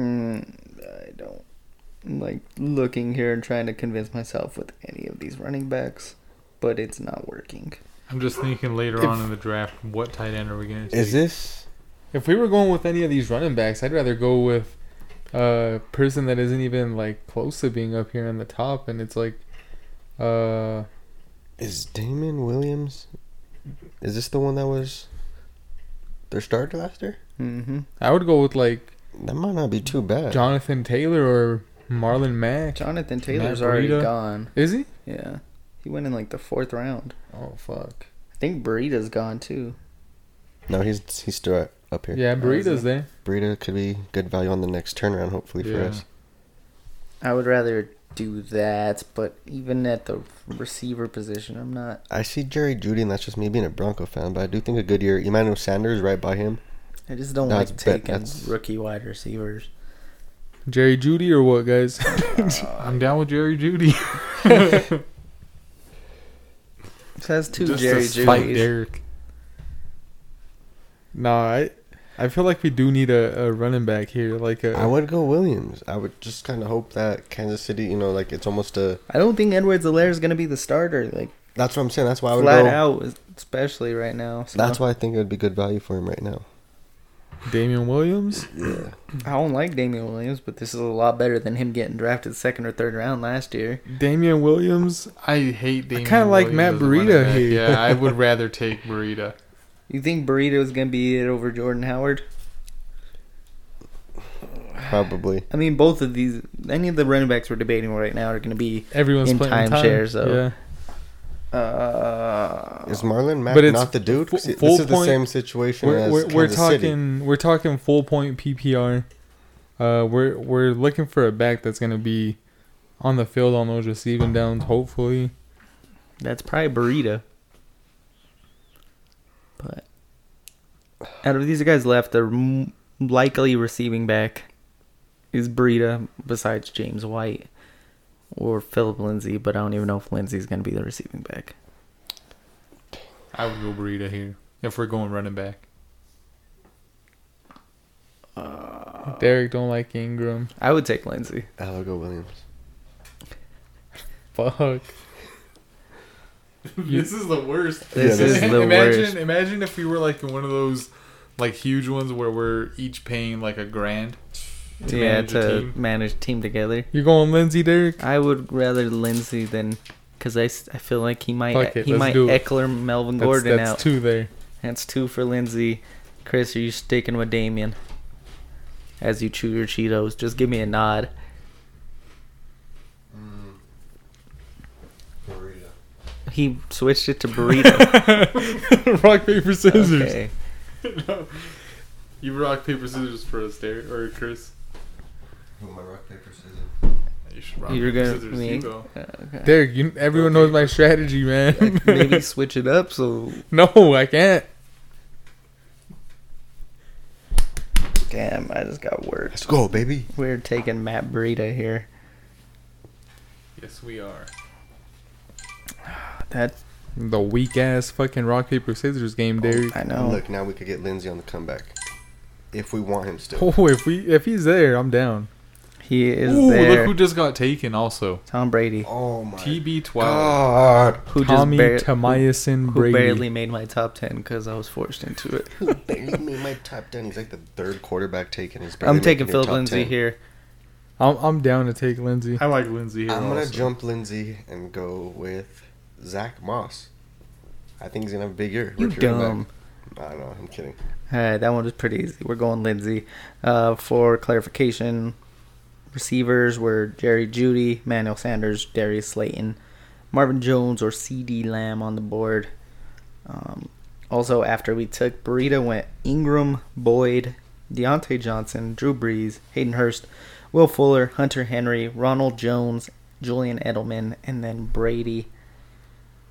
S2: Mm, I don't I'm, like looking here and trying to convince myself with any of these running backs, but it's not working.
S9: I'm just thinking later on in the draft, what tight end are we going to take?
S4: Is this?
S5: If we were going with any of these running backs, I'd rather go with a person that isn't even like close to being up here on the top, and it's like, uh,
S4: Is Damon Williams? Is this the one that was their starter last year?
S2: Mm-hmm.
S5: I would go with like
S4: That might not be too bad.
S5: Jonathan Taylor or Marlon Mack.
S2: Jonathan Taylor's
S5: Matt
S2: already
S5: Breida?
S2: gone.
S5: Is he?
S2: Yeah, he went in like the fourth round.
S5: Oh fuck.
S2: I think Burita's gone too.
S4: No, he's he's still at- up here.
S5: Yeah, burritos there.
S4: Breida could be good value on the next turnaround, hopefully for
S9: Yeah.
S4: us.
S2: I would rather do that, but even at the receiver position, I'm not.
S4: I see Jerry Judy, and that's just me being a Bronco fan, but I do think a good year. Emmanuel Sanders right by him.
S2: I just don't
S4: No,
S2: like
S4: it's bet-
S2: taking
S4: that's-
S2: rookie wide receivers.
S5: Jerry Judy or what, guys?
S9: I'm down with Jerry Judy.
S2: That's two
S9: just
S2: Jerry
S9: to spite
S2: Judy's.
S9: Derek.
S5: nah, I, I feel like we do need a, a running back here, like a.
S4: I would go Williams. I would just kind of hope that Kansas City, you know, like it's almost a.
S2: I don't think Edwards Alaire is going to be the starter, like
S4: That's what I'm saying. That's why I would
S2: flat
S4: go.
S2: out, especially right now. So
S4: That's why I think it would be good value for him right now.
S5: Damian Williams.
S4: Yeah.
S2: I don't like Damian Williams, but this is a lot better than him getting drafted second or third round last year.
S5: Damian Williams.
S9: I hate Damian.
S5: kinda like
S9: Williams
S5: Matt
S9: as a running
S5: Breida
S9: back.
S5: here.
S9: Yeah, I would rather take Burita.
S2: You think Burrito is going to be it over Jordan Howard?
S4: Probably.
S2: I mean, both of these, any of the running backs we're debating right now are going to be.
S5: Everyone's
S2: In
S5: playing in time.
S2: timeshare, so-
S5: Yeah.
S2: Uh,
S4: Is Marlon Mack
S5: But it's
S4: not the dude? 'Cause
S5: fu-
S4: it-
S5: full
S4: this is the
S5: point-
S4: same situation
S5: we're,
S4: as
S5: we're, we're
S4: Kansas
S5: talking
S4: City.
S5: we're talking full point PPR. Uh, we're we're looking for a back that's gonna be on the field on those receiving downs. Hopefully,
S2: that's probably Burrito. But out of these guys left, the m- likely receiving back is Burrito, besides James White or Philip Lindsay, but I don't even know if Lindsay's going to be the receiving back.
S9: I would go Burita here if we're going running back.
S2: Uh,
S5: Derek don't like Ingram.
S2: I would take Lindsay.
S4: I'll go Williams.
S5: Fuck.
S9: this is the worst.
S2: This
S4: Yeah,
S2: is
S4: this-
S2: the
S9: imagine,
S2: worst.
S9: imagine if we were like in one of those like huge ones where we're each paying like a grand. to
S2: yeah,
S9: manage a
S2: to
S9: team.
S2: manage team together.
S5: You going Lindsey, Derek?
S2: I would rather Lindsey than because I, s- I feel like he might
S5: Fuck it,
S2: he
S5: let's
S2: might
S5: do it.
S2: Eckler Melvin
S5: That's,
S2: Gordon
S5: that's
S2: out.
S5: two there.
S2: That's two for Lindsey. Chris, are you sticking with Damien? As you chew your Cheetos, just give me a nod.
S4: Mm.
S2: He switched it to burrito.
S5: Rock paper scissors.
S2: okay.
S9: You rock paper scissors for us, Derek or Chris. You should rock
S2: You're
S9: paper
S2: gonna
S9: scissors.
S2: me.
S9: You go.
S2: Okay.
S5: Derek, you, everyone knows my strategy, man.
S2: Maybe switch it up so
S5: no, I can't.
S2: damn, I just got words.
S4: Let's go, baby.
S2: We're taking Matt Burrito here.
S9: Yes, we are.
S2: That
S5: The weak ass fucking rock paper scissors game, Derek.
S2: I know.
S4: Look, now we could get Lindsay on the comeback. If we want him still.
S5: Oh, if we if he's there, I'm down.
S2: He is
S9: Ooh,
S2: there.
S9: look who just got taken. Also,
S2: Tom Brady.
S4: Oh my
S9: TB12.
S4: god.
S2: Who
S5: Tommy
S2: bar-
S5: Tamiason
S2: who
S5: Brady.
S2: barely made my top 10 because I was forced into it.
S4: Who barely made my top ten? He's like the third quarterback taken. He's barely
S2: I'm taking
S4: making your
S2: Philip
S4: top
S2: Lindsay
S4: 10.
S2: here.
S5: I'm I'm down to take Lindsey.
S9: I like Lindsay here.
S4: I'm gonna
S9: also.
S4: jump Lindsay and go with Zach Moss. I think he's gonna have a big year.
S2: You
S4: Rookie running back.
S2: dumb.
S4: I know. I'm kidding.
S2: Alright, that one was pretty easy. We're going Lindsay. Uh, for clarification, receivers were Jerry Judy, Manuel Sanders, Darius Slayton, Marvin Jones, or CD Lamb on the board. Um, also, after we took Burrito, went Ingram, Boyd, Deontay Johnson, Drew Brees, Hayden Hurst, Will Fuller, Hunter Henry, Ronald Jones, Julian Edelman, and then Brady.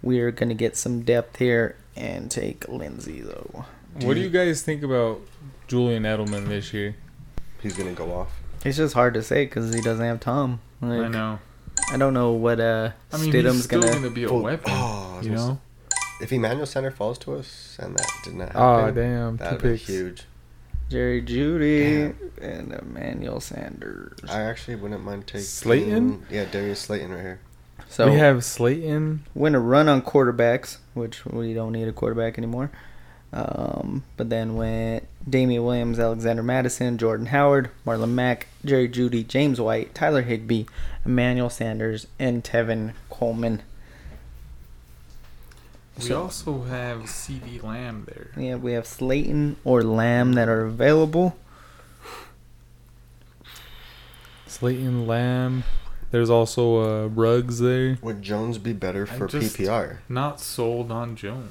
S2: We're going to get some depth here and take Lindsay, though.
S5: What do you guys think about Julian Edelman this year?
S4: He's gonna go off.
S2: It's just hard to say because he doesn't have Tom. Like,
S9: I know.
S2: I don't know what uh,
S9: I mean, he's
S2: Stidham's
S9: still
S2: gonna.
S9: gonna, be a
S4: Full-
S9: weapon.
S4: Oh, I was
S9: you
S4: gonna
S9: know.
S4: If Emmanuel Center falls to us, and that did not
S5: Ah,
S4: happen,
S5: damn, two
S4: that'd be
S5: picks.
S4: huge.
S2: Jerry Judy and Emmanuel Sanders.
S4: I actually wouldn't mind taking
S5: Slayton?
S4: Yeah, Darius Slayton right here.
S2: So
S5: we have Slayton.
S2: win a run on quarterbacks, which we don't need a quarterback anymore. Um, but then went Damian Williams, Alexander Madison, Jordan Howard, Marlon Mack, Jerry Judy, James White, Tyler Higbee, Emmanuel Sanders, and Tevin Coleman.
S9: We also have CD Lamb there.
S2: Yeah, we have Slayton or Lamb that are available.
S5: Slayton Lamb. There's also uh, Ruggs there.
S4: Would Jones be better
S9: I
S4: for
S9: just-
S4: PPR?
S9: Not sold on Jones.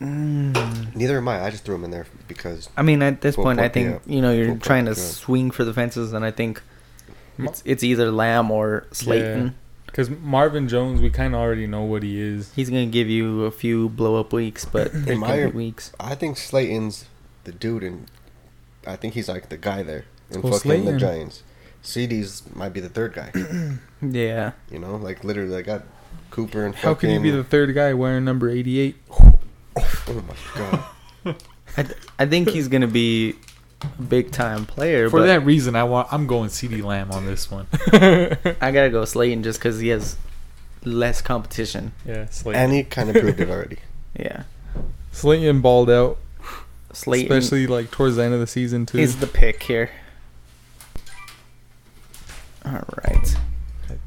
S4: Neither am I. I just threw him in there because
S2: I mean, at this
S4: Well,
S2: point, I
S4: fuck,
S2: think
S4: yeah.
S2: you know you're
S4: Well, fuck,
S2: trying to
S4: yeah.
S2: swing for the fences, and I think it's it's either Lamb or Slayton.
S5: Because Marvin Jones, we kind of already know what he is.
S2: He's gonna give you a few blow up weeks, but they
S4: my-
S2: can be weeks.
S4: I think Slayton's the dude, and I think he's like the guy there in
S5: Well,
S4: fucking
S5: Slayton-
S4: the Giants. CD's might be the third guy.
S2: Yeah,
S4: you know, like literally, I got Cooper and
S5: How can you be the
S4: fucking-
S5: third guy wearing number 88?
S4: Oh my god!
S2: I th- I think he's gonna be a big time player.
S9: For
S2: but
S9: that reason, I want. I'm going CD Lamb on this one.
S2: I gotta go Slayton just because he has less competition.
S5: Yeah, Slayton.
S4: and he kind of proved it already.
S2: Yeah,
S5: Slayton balled out,
S2: Slayton
S5: especially like towards the end of the season too.
S2: is the pick here. All right.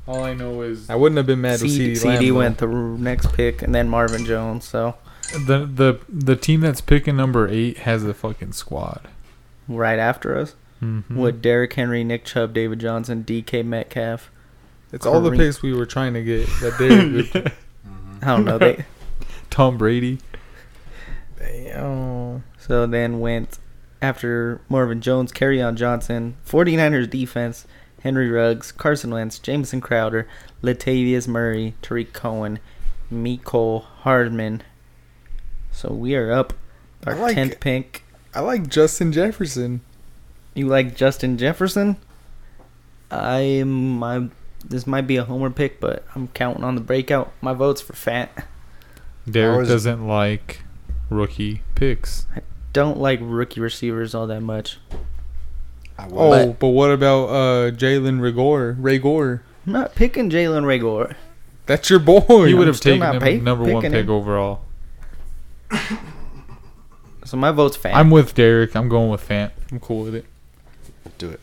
S9: All I know is
S5: I wouldn't have been mad with
S2: C-
S5: CD,
S2: CD,
S5: Lamb. though.
S2: went the next pick, and then Marvin Jones. So
S9: the the the team that's picking number eight has a fucking squad.
S2: right after us
S9: Mhm.
S5: Mm-hmm.
S2: with Derrick Henry, Nick Chubb, David Johnson, DK Metcalf.
S5: It's all the
S2: Kareem.
S5: picks we were trying to get that they were
S2: I don't know. They
S9: Tom Brady.
S5: Damn.
S2: so then went after Marvin Jones, on Johnson, 49ers defense, Henry Ruggs, Carson Wentz, Jameson Crowder, Latavius Murray, Tariq Cohen, Miko Hardman. So we are up
S5: I
S2: our
S5: like
S2: 10th
S5: it.
S2: pick.
S5: I like Justin Jefferson.
S2: You like Justin Jefferson? I my this might be a homer pick, but I'm counting on the breakout. My vote's for Fat.
S9: Derek
S4: was-
S9: doesn't like rookie picks.
S2: Don't like rookie receivers all that much.
S4: I
S5: Oh,
S4: was.
S5: but, what about uh, Jalen Rigor? Rigor,
S2: I'm not picking Jalen Rager.
S5: that's your boy.
S9: He would
S2: I'm
S9: have
S2: still
S9: taken
S2: not
S9: him
S2: pick-
S9: number one
S2: picking
S9: pick
S2: him.
S9: overall.
S2: So my vote's Fant.
S9: I'm with Derek. I'm going with Fant.
S5: I'm cool with it.
S4: do it.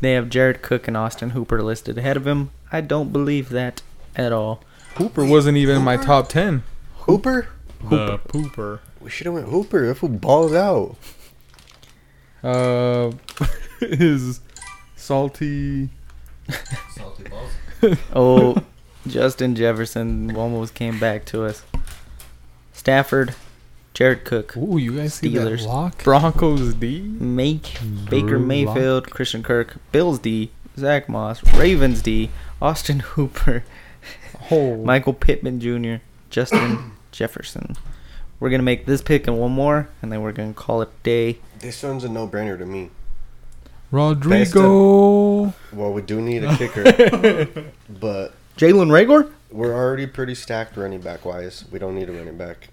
S2: they have Jared Cook and Austin Hooper listed ahead of him. I don't believe that at all.
S5: Hooper wasn't even in my top ten.
S4: Hooper?
S9: The pooper.
S4: We should have went Hooper. If we balled out,
S5: Uh, is salty.
S2: Oh, Justin Jefferson almost came back to us. Stafford, Jared Cook,
S9: Ooh, you guys see that
S2: Steelers.
S9: lock?
S5: Broncos D.
S2: Make Baker
S9: Drew
S2: Mayfield,
S9: Lock.
S2: Christian Kirk, Bills D, Zach Moss, Ravens D, Austin Hooper,
S5: Oh,
S2: Michael Pittman Jr., Justin Jefferson. We're gonna make this pick and one more, and then we're gonna call it day.
S4: this one's a no-brainer to me.
S9: Rodrigo.
S4: Well, we do need a kicker, but
S2: Jalen Rager.
S4: we're already pretty stacked running back wise. We don't need a running back.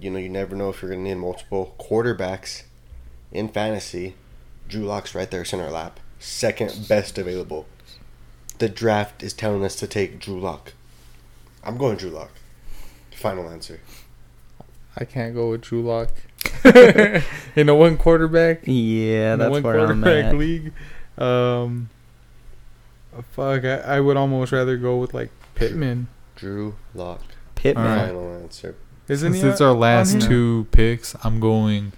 S4: You know, you never know if you're going to need multiple quarterbacks in fantasy. Drew Lock's right there, center lap, second best available. The draft is telling us to take Drew Lock. I'm going Drew Lock. Final answer.
S5: I can't go with Drew Lock. in a one quarterback,
S2: Yeah,
S5: in a
S2: that's
S5: one
S2: where I'm
S5: quarterback
S2: at.
S5: league. Um, fuck, I, I would almost rather go with like Pittman.
S4: Drew Lock.
S2: Pittman.
S9: All right.
S4: Final answer.
S5: Isn't
S9: Since
S5: he?
S9: it's
S5: on-
S9: our
S5: on
S9: last
S5: here?
S9: two picks, I'm going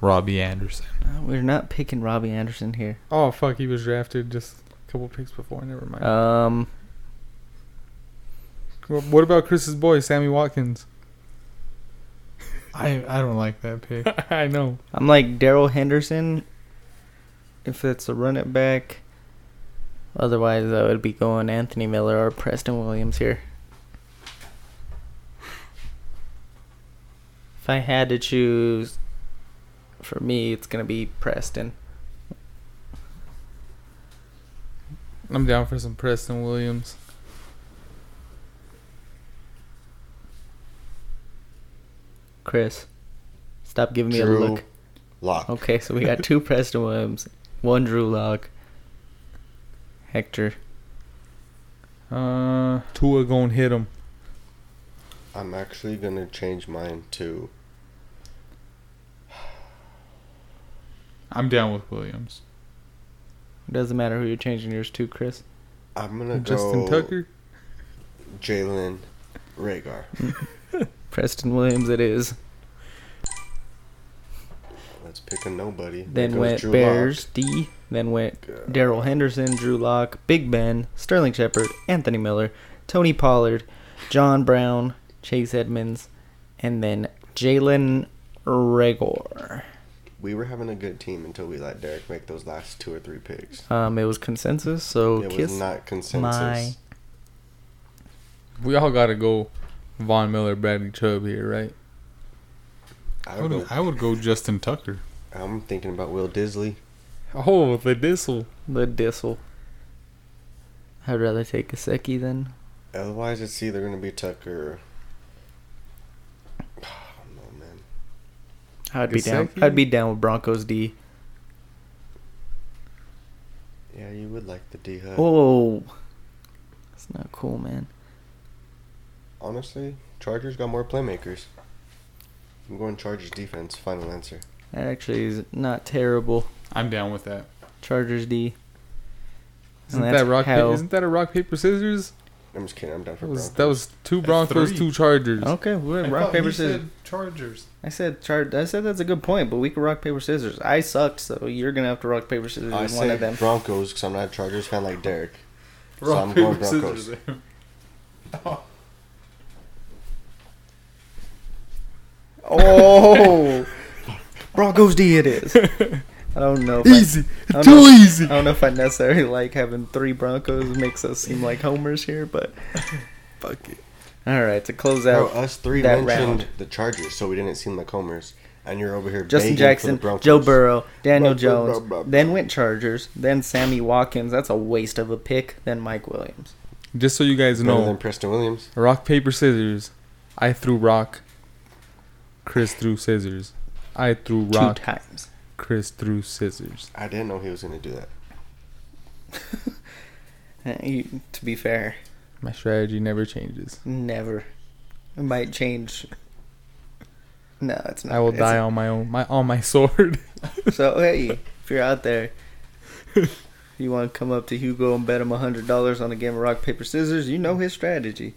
S9: Robbie Anderson.
S2: Uh, We're not picking Robbie Anderson here.
S5: Oh fuck, he was drafted just a couple picks before. Never mind.
S2: Um,
S5: Wh- what about Chris's boy, Sammy Watkins?
S9: I I don't like that pick.
S5: I know.
S2: I'm like Daryl Henderson. If it's a run it back. Otherwise, I would be going Anthony Miller or Preston Williams here. If I had to choose, for me, it's gonna be Preston.
S5: I'm down for some Preston Williams.
S2: Chris, stop giving me
S4: Drew
S2: a look.
S4: Lock.
S2: Okay, so we got two Preston Williams, One Drew Lock. Hector.
S9: Uh,
S5: Tua gonna hit him.
S4: I'm actually gonna change mine to
S9: I'm down with Williams.
S2: It doesn't matter who you're changing yours to, Chris.
S4: I'm gonna
S5: Justin
S4: go
S5: Tucker.
S4: Jalen Rhaegar.
S2: Preston Williams it is.
S4: Let's pick a nobody. There
S2: Then
S4: goes
S2: went
S4: Drew Lock.
S2: Bears D. Then went Daryl Henderson, Drew Lock, Big Ben, Sterling Shepard, Anthony Miller, Tony Pollard, John Brown, Chase Edmonds, and then Jalen Regor.
S4: We were having a good team until we let Derek make those last two or three picks.
S2: Um, it was consensus, so
S4: It
S2: kiss
S4: was not consensus.
S2: my
S5: We all gotta go. Von Miller, Bradley Chubb here, right?
S4: I
S9: I
S4: would
S9: would,
S4: go,
S9: I would go Justin Tucker.
S4: I'm thinking about Will Disley.
S5: Oh, the Dissel.
S2: the Dissel. I'd rather take Gasecki than
S4: Otherwise, it's either gonna be Tucker. I don't know, man.
S2: I'd be down.
S5: Gesicki?
S2: I'd be down with Broncos D.
S4: Yeah, you would like the D
S5: Oh.
S4: Hut.
S2: Whoa, that's not cool, man.
S4: Honestly, Chargers got more playmakers. I'm going Chargers defense. Final answer.
S2: That actually is not terrible.
S9: I'm down with that.
S2: Chargers D.
S5: Isn't
S2: And that's
S5: that rock? pa-
S2: how-
S5: isn't that a rock paper scissors?
S4: I'm just kidding. I'm down for
S5: That was,
S4: Broncos.
S5: that was two
S9: That's
S5: Broncos,
S9: three.
S5: two Chargers.
S2: Okay, we're at rock paper scissors.
S9: Chargers.
S2: I said char- I said that's a good point, but we could rock paper scissors. I sucked, so you're gonna have to rock paper scissors
S4: I
S2: with one
S4: say
S2: of them.
S4: Broncos because I'm not a Chargers fan like Derek. So
S9: Rock,
S4: I'm
S9: paper,
S4: going Broncos.
S9: scissors.
S2: Oh, Broncos D it is. I don't know. If easy, I, too easy. I don't know if I necessarily like having three Broncos makes us seem like homers here, but fuck it. All right, to close
S4: Bro,
S2: out,
S4: us three
S2: that
S4: mentioned
S2: round.
S4: the Chargers, so we didn't seem like homers. And you're over here.
S2: Justin
S4: begging for the
S2: Jackson,
S4: Broncos.
S2: Joe Burrow, Daniel
S4: Blah, blah,
S2: Jones,
S4: blah, blah, blah.
S2: then went Chargers, then Sammy Watkins. That's a waste of a pick. Then Mike Williams.
S5: Just so you guys
S4: Better
S5: know,
S4: than Preston Williams.
S5: rock paper scissors. I threw rock. Chris threw scissors. I threw rock.
S2: Two times.
S5: Chris threw scissors.
S4: I didn't know he was going to do that.
S2: Uh, you- to be fair,
S5: My strategy never changes.
S2: never. It might change. No, it's not.
S5: I will
S2: it's-
S5: die on my own, my on my sword.
S2: So hey, if you're out there, you want to come up to Hugo and bet him hundred dollars on a game of rock paper scissors. You know his strategy.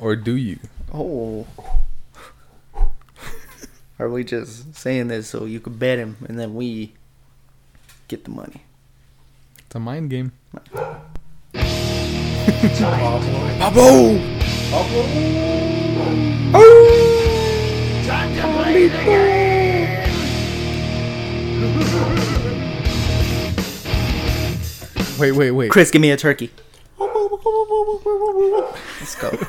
S5: or do you?
S2: Oh. Are we just saying this so you could bet him and then we get the money?
S5: It's a mind game. Wait, wait, wait.
S2: Chris, give me a turkey. Let's go.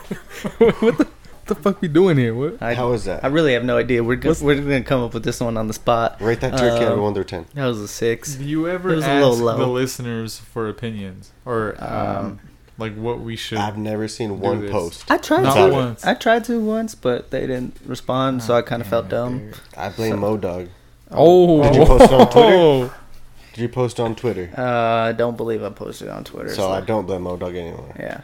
S5: what, the, what the fuck we doing here? What?
S2: I,
S4: How is that?
S2: I really have no idea. We're go- we're gonna come up with this one on the spot.
S4: Rate that turkey
S2: Um,
S4: out of 1 through 10.
S2: That was a six.
S9: Do you
S2: It
S9: ever
S2: was
S9: ask
S2: a little low.
S9: the listeners for opinions or um, like what we should?
S4: I've never seen one
S9: this.
S4: post.
S2: I tried
S9: Not
S2: to.
S9: once.
S2: I tried to once, but they didn't respond,
S4: Oh,
S2: so I kind of felt dumb.
S4: I blame Mo Dog.
S5: Oh,
S4: Did you post it on Twitter? Did you post on Twitter?
S2: Uh, I don't believe I posted it on Twitter.
S4: So I don't blame Mo Dog anymore.
S2: Yeah.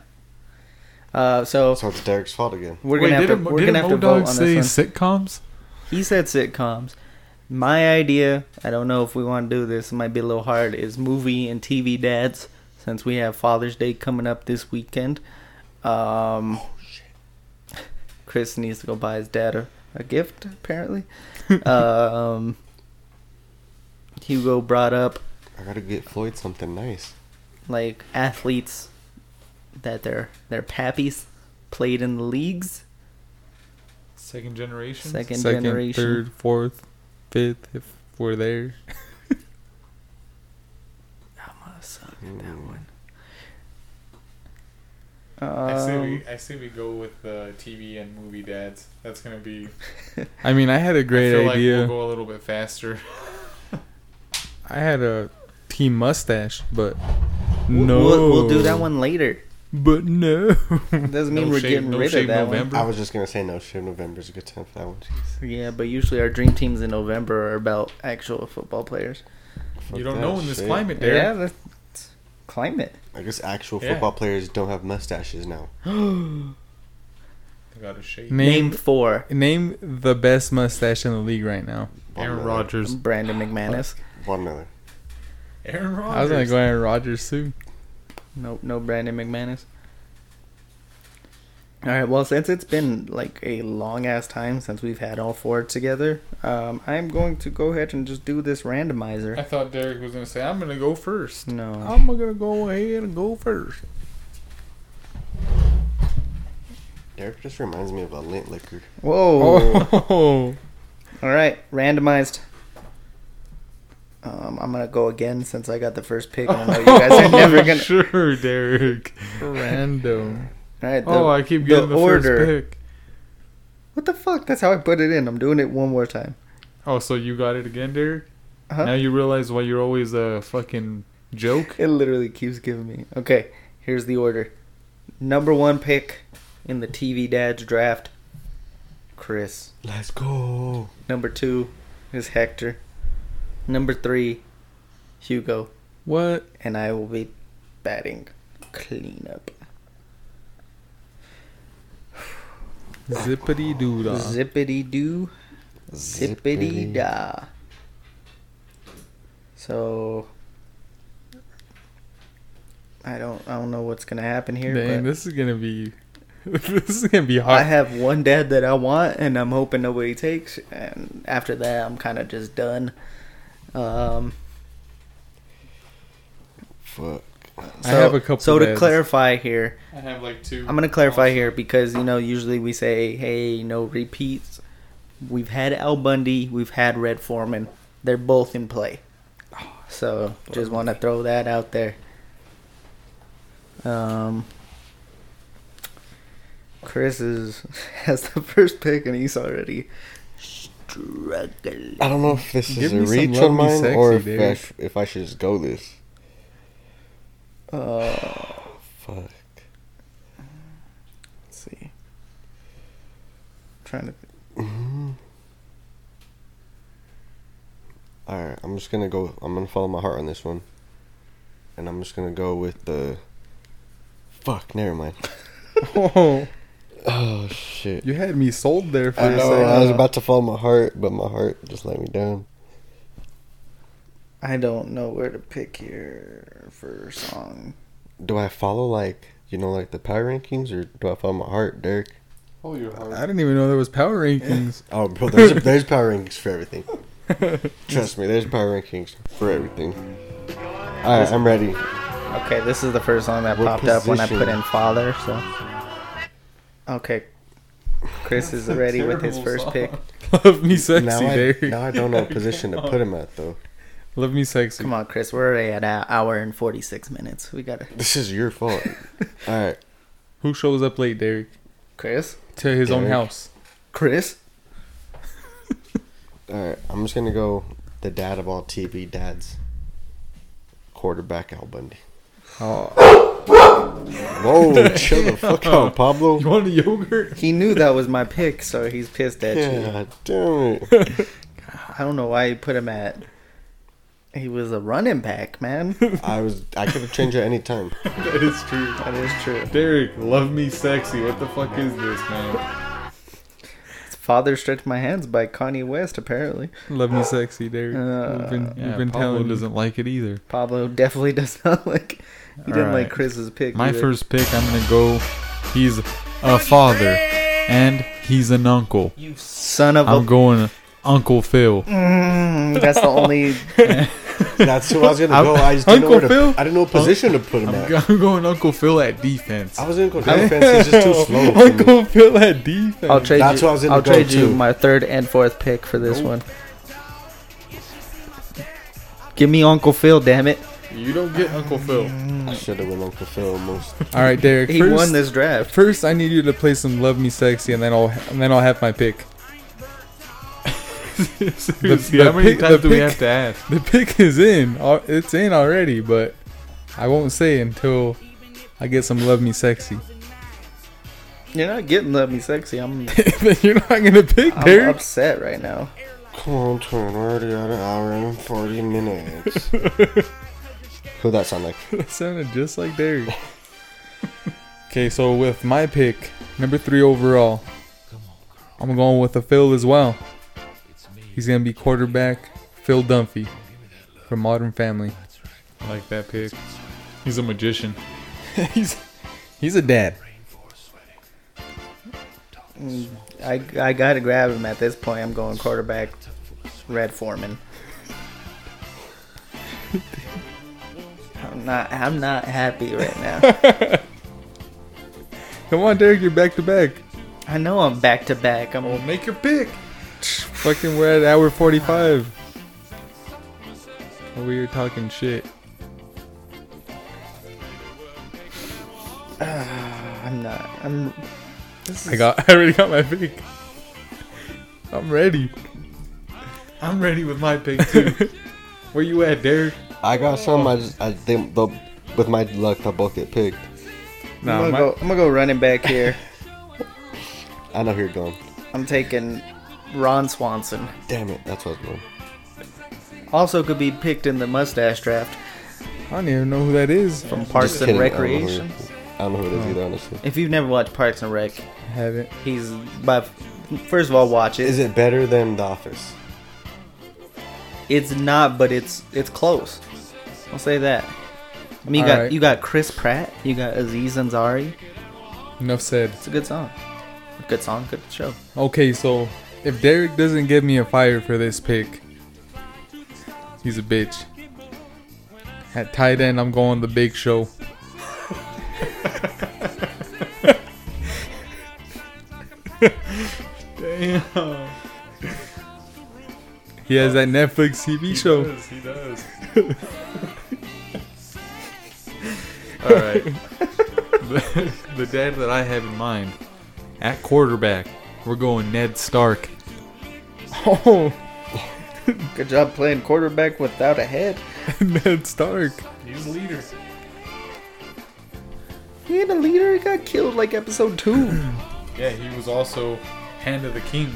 S2: Uh, so
S4: So it's Derek's fault again.
S2: we're
S9: Wait,
S2: gonna
S9: did
S2: have
S9: a-
S2: to we're
S9: did
S2: gonna
S9: a
S2: have to
S9: Modog
S2: vote on
S9: say
S2: this one.
S9: sitcoms?
S2: He said sitcoms. My idea, I don't know if we want to do this. It might be a little hard. Is movie and TV dads since we have Father's Day coming up this weekend. Um, Chris needs to go buy his dad a, a gift apparently. um, Hugo brought up
S4: I gotta get Floyd something nice.
S2: like athletes that their their pappies played in the leagues,
S9: Second generation.
S2: second,
S5: Second,
S2: generation.
S5: third, fourth, fifth, if we're there.
S9: I say
S2: Um,
S9: we I say we go with the TV and movie dads. That's gonna be
S5: I mean, I had a
S9: I
S5: great
S9: feel
S5: idea.
S9: Like we'll go a little bit faster.
S5: I had a team mustache, but
S2: We'll-
S5: no.
S2: We'll, we'll do that one later.
S5: But no.
S2: Doesn't mean
S9: No
S2: we're
S9: shave-
S2: getting
S9: no
S2: rid of
S9: shave
S2: that
S9: November.
S4: I was just gonna say no. Shit, November's a good time for that one.
S2: one. Yeah, but usually our dream teams in November are about actual football players.
S4: Fuck
S9: you don't
S4: that
S9: know in this
S4: shit.
S9: climate, Derek.
S2: Yeah, that's climate.
S4: I guess actual
S9: Yeah.
S4: football players don't have mustaches now.
S9: They got a shape.
S2: Name
S5: Name
S2: four.
S5: name the best mustache in the league right now.
S4: Von
S9: Aaron
S4: Miller.
S9: Rodgers.
S2: Brandon McManus.
S4: Von Miller.
S9: Aaron Rodgers.
S5: I was gonna go Aaron Rodgers too.
S2: Nope, no Brandon McManus. All right. Well, since it's been like a long ass time since we've had all four together, um, I'm going to go ahead and just do this randomizer.
S9: I thought Derek was gonna say I'm gonna go first.
S2: No.
S9: I'm gonna go ahead and go first.
S4: Derek just reminds me of a lint liquor.
S2: Whoa.
S5: Oh,
S2: All right, randomized. Um, I'm gonna go again since I got the first pick. And I know you guys
S5: Oh,
S9: Oh,
S2: are never gonna.
S9: sure, Derek.
S5: random.
S2: All right. The,
S9: oh, I keep getting the, first pick.
S2: What the fuck? That's how I put it in. I'm doing it one more time.
S9: Oh, so you got it again, Derek?
S2: Uh-huh.
S9: Now you realize why you're always a fucking joke.
S2: It literally keeps giving me. Okay, here's the order. Number one pick in the TV Dad's draft, Chris.
S4: Let's go.
S2: Number two is Hector. Number three, Hugo,
S5: What?
S2: and I will be batting cleanup.
S5: Zippity doo
S2: Zippity doo. Zippity da. So I don't I don't know what's gonna happen here. but
S5: Dang, this is gonna be. This is gonna be
S2: I
S5: hot.
S2: have one dad that I want, and I'm hoping nobody takes. And after that, I'm kind of just done. Um,
S4: Fuck.
S5: I
S2: so,
S5: have a couple
S2: So to
S5: dads.
S2: clarify here,
S9: I have like two.
S2: I'm gonna clarify here because you know usually we say, "Hey, no repeats." We've had Al Bundy, we've had Red Foreman. They're both in play, so just want to throw that out there. Um, Chris is has the first pick, and he's already struggling.
S4: I don't know if this is
S5: Give
S4: a
S5: me some
S4: reach
S5: Love
S4: on
S5: Me
S4: mine
S5: Sexy,
S4: or if
S5: dude.
S4: I, sh- if I should just go this.
S2: Uh,
S4: Fuck.
S2: let's see, trying to.
S4: All right, I'm just gonna go. I'm gonna follow my heart on this one, and I'm just gonna go with the. Fuck. Never mind.
S5: Oh,
S4: Oh shit.
S5: you had me sold there for
S4: I
S5: a
S4: know.
S5: second.
S4: I was about to follow my heart, but my heart just let me down.
S2: I don't know where to pick here for song.
S4: Do I follow like you know like the power rankings, or do I follow my heart, Derek?
S9: Hold your
S2: Oh.
S9: heart.
S5: I didn't even know there was power rankings.
S4: Oh, bro, there's, there's power rankings for everything. Trust me, there's power rankings for everything. All right, I'm ready.
S2: Okay, this is the first song that
S4: What
S2: popped up when I
S4: position?
S2: put in father, so. Okay. Chris is ready with his
S9: terrible
S2: first
S9: song.
S2: pick.
S5: Love me sexy,
S4: Now I,
S5: Derek.
S4: now I don't know what position to put him at though.
S5: Love me sexy.
S2: Come on, Chris. We're already at an hour and 46 minutes. We got to.
S4: This is your fault. All right,
S5: Who shows up late, Derek?
S2: Chris?
S5: To his own
S4: Derek.
S5: house.
S2: Chris?
S4: all right. I'm just gonna go the dad of all TV dads, quarterback Al Bundy.
S5: Oh,
S4: Whoa, chill the fuck out, Pablo.
S5: you want a yogurt?
S2: He knew that was my pick, so he's pissed at you.
S4: God damn it.
S2: I don't know why you put him at. He was a running back, man.
S4: I was I could have changed at any time.
S9: That is true.
S2: that is true.
S9: Derek, love me sexy. What the fuck is this, man?
S2: It's Father Stretch My Hands by Kanye West, apparently.
S5: Love me sexy, Derek.
S2: Uh,
S5: you've been,
S9: Yeah,
S5: you've been
S9: Pablo
S5: telling
S9: doesn't like it either.
S2: Pablo definitely does not like. He didn't like
S9: Alright.
S2: Chris's pick.
S9: My
S2: either.
S9: first pick, I'm gonna go. He's a father, and he's an uncle.
S2: Son of
S9: I'm
S2: a.
S9: going Uncle Phil.
S2: Mm, that's the only
S4: That's who I was gonna go. I just didn't know where
S9: Uncle
S4: to,
S9: Phil?
S4: I didn't know what position to put him
S9: I'm,
S4: at.
S9: go- I'm going Uncle Phil at defense.
S4: I was gonna go defense. He's just too slow. for me.
S5: Uncle Phil at defense.
S9: Uh,
S2: I'll trade
S4: That's
S2: you.
S4: what I was gonna
S2: I'll
S4: go
S2: trade you
S4: to.
S2: my third and fourth pick for this one. Give me Uncle Phil, damn it!
S9: You don't get Uncle Phil.
S4: I should have went Uncle Phil most.
S5: All right, Derek.
S2: He
S5: first,
S2: won this draft.
S5: First, I need you to play some "Love Me Sexy," and then I'll and then I'll have my pick.
S9: Seriously,
S5: the
S9: how many
S5: pick-
S9: times
S5: the
S9: do we
S5: pick-
S9: have to ask?
S5: The pick is in. Al- It's in already, but I won't say until I get some "Love Me Sexy."
S2: You're not getting love me sexy. I'm,
S5: Then You're not gonna pick,
S2: I'm
S5: Derek.
S2: upset right now.
S4: Come on, turn already at an hour and 40 minutes. Who that sound like?
S5: That sounded just like Derek. okay, so with my pick, number three overall, I'm going with a Phil as well. He's gonna be quarterback Phil Dunphy from Modern Family.
S9: I like that pick. He's a magician.
S5: he's he's a dad.
S2: I, I gotta grab him at this point. I'm going quarterback, Red Foreman. I'm not. I'm not happy right now.
S5: Come on, Derek, you're back to back.
S2: I know I'm back to back. I'm.
S5: Make your pick. Fucking, we're at hour 45. Over here talking shit.
S2: I'm not. I'm.
S5: I got. I already got my pick. I'm ready.
S9: I'm ready with my pick too.
S5: Where you at, Derek?
S4: I got some. I just, I think they'll, with my luck, they'll both get picked.
S2: I'm,
S5: Nah,
S2: gonna
S5: my,
S2: go, I'm gonna go running back here.
S4: I know who you're going.
S2: I'm taking Ron Swanson.
S4: Damn it, that's what I was going.
S2: Also could be picked in the mustache draft
S5: I don't even know who that is.
S2: from
S4: Just
S2: Parks and
S4: kidding, I don't know who-
S2: Recreation.
S4: I don't know who it is either, honestly.
S2: If you've never watched Parks and Rec,
S5: I haven't.
S2: he's by first of all watch it.
S4: Is it better than The Office?
S2: It's not, but it's it's close. I'll say that. I mean, you got
S5: Alright.
S2: you got Chris Pratt, you got Aziz Ansari.
S5: Enough said.
S2: It's a good song. Good song, good show.
S5: Okay, so if Derek doesn't give me a fire for this pick, he's a bitch. At tight end, I'm going the Big Show.
S9: Damn.
S5: He has that Netflix TV show.
S9: does, he does. All right. The, the dad that I have in mind at quarterback, we're going Ned Stark.
S5: Oh,
S2: Good job playing quarterback without a head.
S5: Ned Stark.
S9: He's a leader.
S2: He ain't a leader. He got killed like episode two.
S9: Yeah, he was also hand of the king.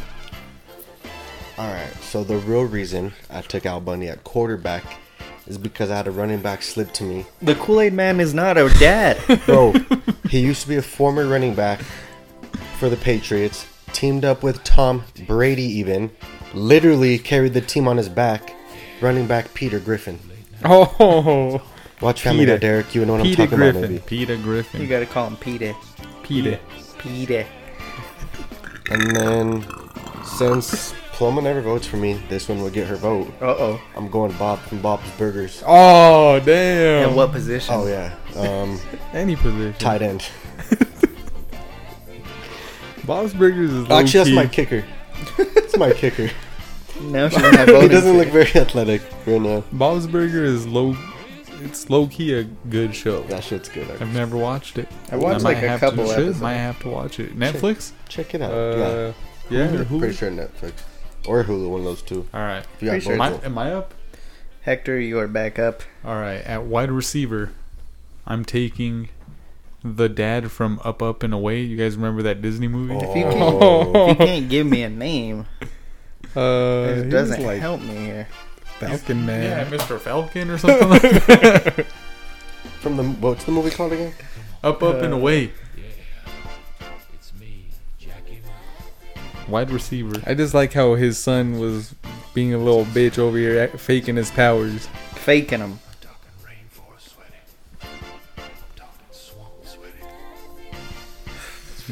S4: Alright, so the real reason I took Al Bundy at quarterback is because I had a running back slip to me.
S2: the Kool Aid Man is not a dad.
S4: Bro, he used to be a former running back for the Patriots, teamed up with Tom Brady, even. Literally carried the team on his back, running back Peter Griffin.
S5: Oh,
S4: Watch Family Guy,
S5: Peter.
S4: Derek. You know what
S5: Peter
S4: I'm talking
S5: Griffin.
S4: about, maybe.
S9: Peter Griffin.
S2: you gotta call him Peter.
S5: Peter.
S2: Peter.
S4: And then, since Ploma never votes for me, this one will get her vote.
S2: Uh oh.
S4: I'm going Bob from Bob's Burgers.
S5: Oh, damn.
S2: In what position?
S4: Oh yeah, um,
S5: Any position.
S4: tight end.
S5: Bob's Burgers is low
S4: Actually, that's
S5: key.
S4: my kicker. It's my kicker.
S2: Now she's not voting.
S4: he doesn't
S2: for
S4: look
S2: it.
S4: very athletic right now.
S5: Bob's Burger is low. It's low key a good show.
S4: That shit's good.
S9: I've never watched it.
S2: I watched
S9: might
S2: like a
S9: have to-
S2: couple
S9: shit,
S2: episodes.
S9: Might have to watch it. Netflix.
S4: Check it out.
S5: Uh, yeah.
S4: yeah,
S5: or
S4: pretty
S5: Hulu.
S4: sure Netflix or Hulu, one of those two.
S9: All right.
S4: If you got
S2: Pretty sure
S4: both,
S9: Am I,
S4: of them.
S9: am I up?
S2: Hector, you are back up.
S9: All right. At wide receiver, I'm taking the dad from Up, Up and Away. You guys remember that Disney movie?
S2: If you can't,
S5: Oh.
S2: if you can't give me a name,
S5: Uh,
S2: Oh. it
S5: he was
S2: doesn't
S5: like
S2: help me here.
S5: Falcon
S9: Yeah,
S5: Man.
S9: Mr. Falcon or something like that.
S4: From the what's the movie called again?
S9: Up, Up and Away. Wide receiver.
S5: I just like how his son was being a little bitch over here, act- faking his powers.
S2: Faking them.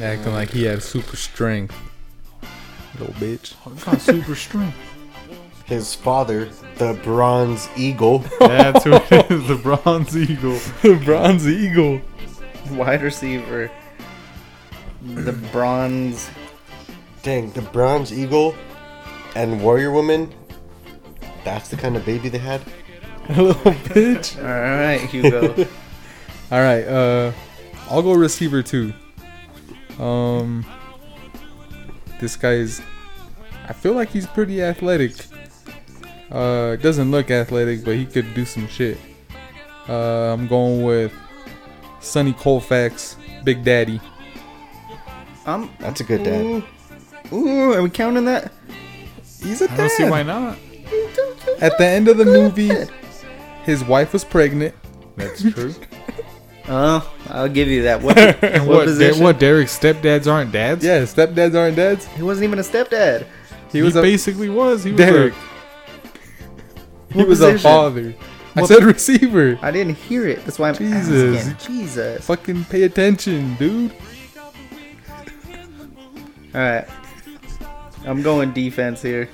S5: Acting like he had super strength. Little bitch.
S9: Oh, super strength.
S4: His father, the Bronze Eagle.
S9: That's who it is, the Bronze Eagle.
S5: Bronze Eagle.
S2: Wide receiver. The bronze.
S4: Dang, the Bronze Eagle and Warrior Woman. That's the kind of baby they had.
S5: A little bitch.
S2: All right, Hugo.
S5: All right, uh, I'll go receiver two. Um, this guy is. I feel like he's pretty athletic. Uh, doesn't look athletic, but he could do some shit. Uh, I'm going with Sonny Colfax, Big Daddy.
S2: I'm.
S4: That's a good dad.
S5: Mm.
S2: Ooh, ooh, are we counting that?
S5: He's a
S9: I don't
S5: dad.
S9: see why not.
S5: At the end of the movie, his wife was pregnant.
S9: That's true.
S2: Oh, I'll give you that. What, what,
S9: what, Der-
S2: position?
S9: what Derek's stepdads aren't dads?
S5: Yeah, stepdads aren't dads.
S2: He wasn't even a stepdad.
S5: He was
S9: he
S5: a
S9: basically was. He was
S5: Derek. he
S2: What
S5: was a
S2: position?
S5: father. I
S2: What
S5: said receiver.
S2: I didn't hear it. That's why I'm
S5: Jesus.
S2: asking. Jesus.
S5: Fucking pay attention, dude.
S2: All right. I'm going defense here.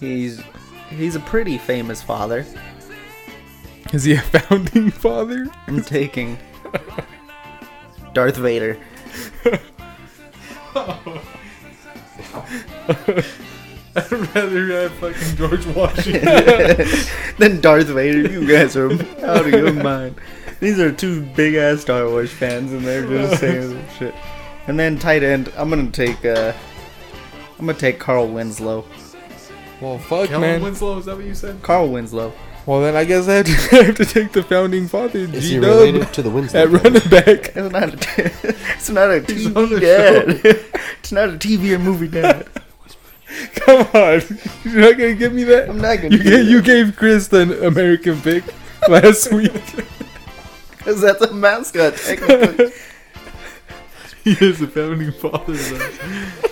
S2: He's he's a pretty famous father.
S5: Is he a founding father?
S2: I'm taking Darth Vader.
S9: I'd rather have fucking George Washington.
S2: Then Darth Vader, you guys are out of your mind. These are two big ass Star Wars fans, and they're just saying some shit. And then tight end, I'm gonna take uh, I'm gonna take Carl Winslow.
S5: Well, fuck,
S9: Kellen
S5: man.
S9: Winslow, is that what you said?
S2: Carl Winslow.
S5: Well, then I guess I have to, I have to take the founding father,
S4: Is he
S5: G Dub,
S4: related to the Winslow?
S5: at running
S2: It's
S5: back.
S2: not. A, it's not a
S9: He's on the
S2: TV dad. it's not a TV or movie dad.
S5: Come on, you're not gonna give me that.
S2: I'm not gonna.
S5: You gave, you gave Chris the American pick last week.
S2: because that's a mascot technically.
S9: He is the founding father. Though.
S5: Are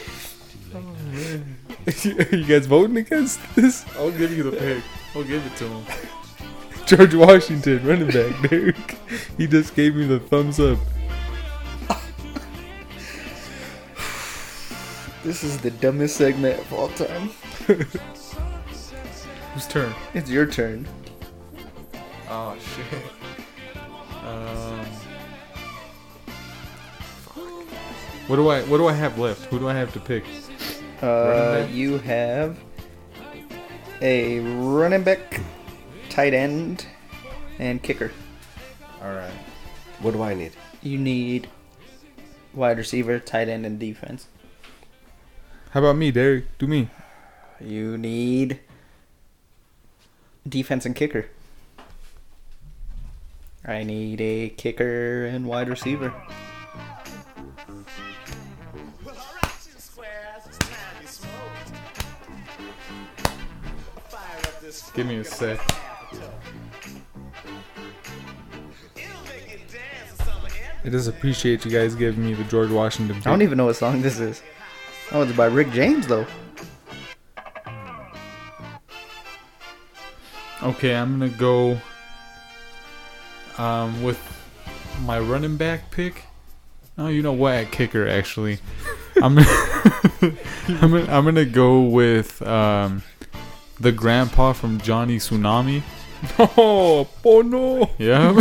S5: Oh, you guys voting against this?
S9: I'll give you the pick. I'll give it to him.
S5: George Washington, running back, Derek. He just gave me the thumbs up.
S2: this is the dumbest segment of all time.
S9: Whose turn?
S2: It's your turn.
S9: Oh shit. Um. What do I What do I have left? Who do I have to pick?
S2: Uh,
S9: back?
S2: you have a running back, tight end, and kicker.
S9: All right.
S4: What do I need?
S2: You need wide receiver, tight end, and defense.
S5: How about me, Derek? Do me.
S2: You need defense and kicker. I need a kicker and wide receiver.
S9: Give me a sec.
S5: I just appreciate you guys giving me the George Washington pick.
S2: I don't even know what song this is. Oh, it's by Rick James though.
S9: Okay, I'm gonna go. Um, with my running back pick. Oh, you know what? At kicker, actually, I'm. I'm gonna, I'm gonna go with um, the grandpa from Johnny Tsunami.
S5: Oh, Bono.
S9: Yeah.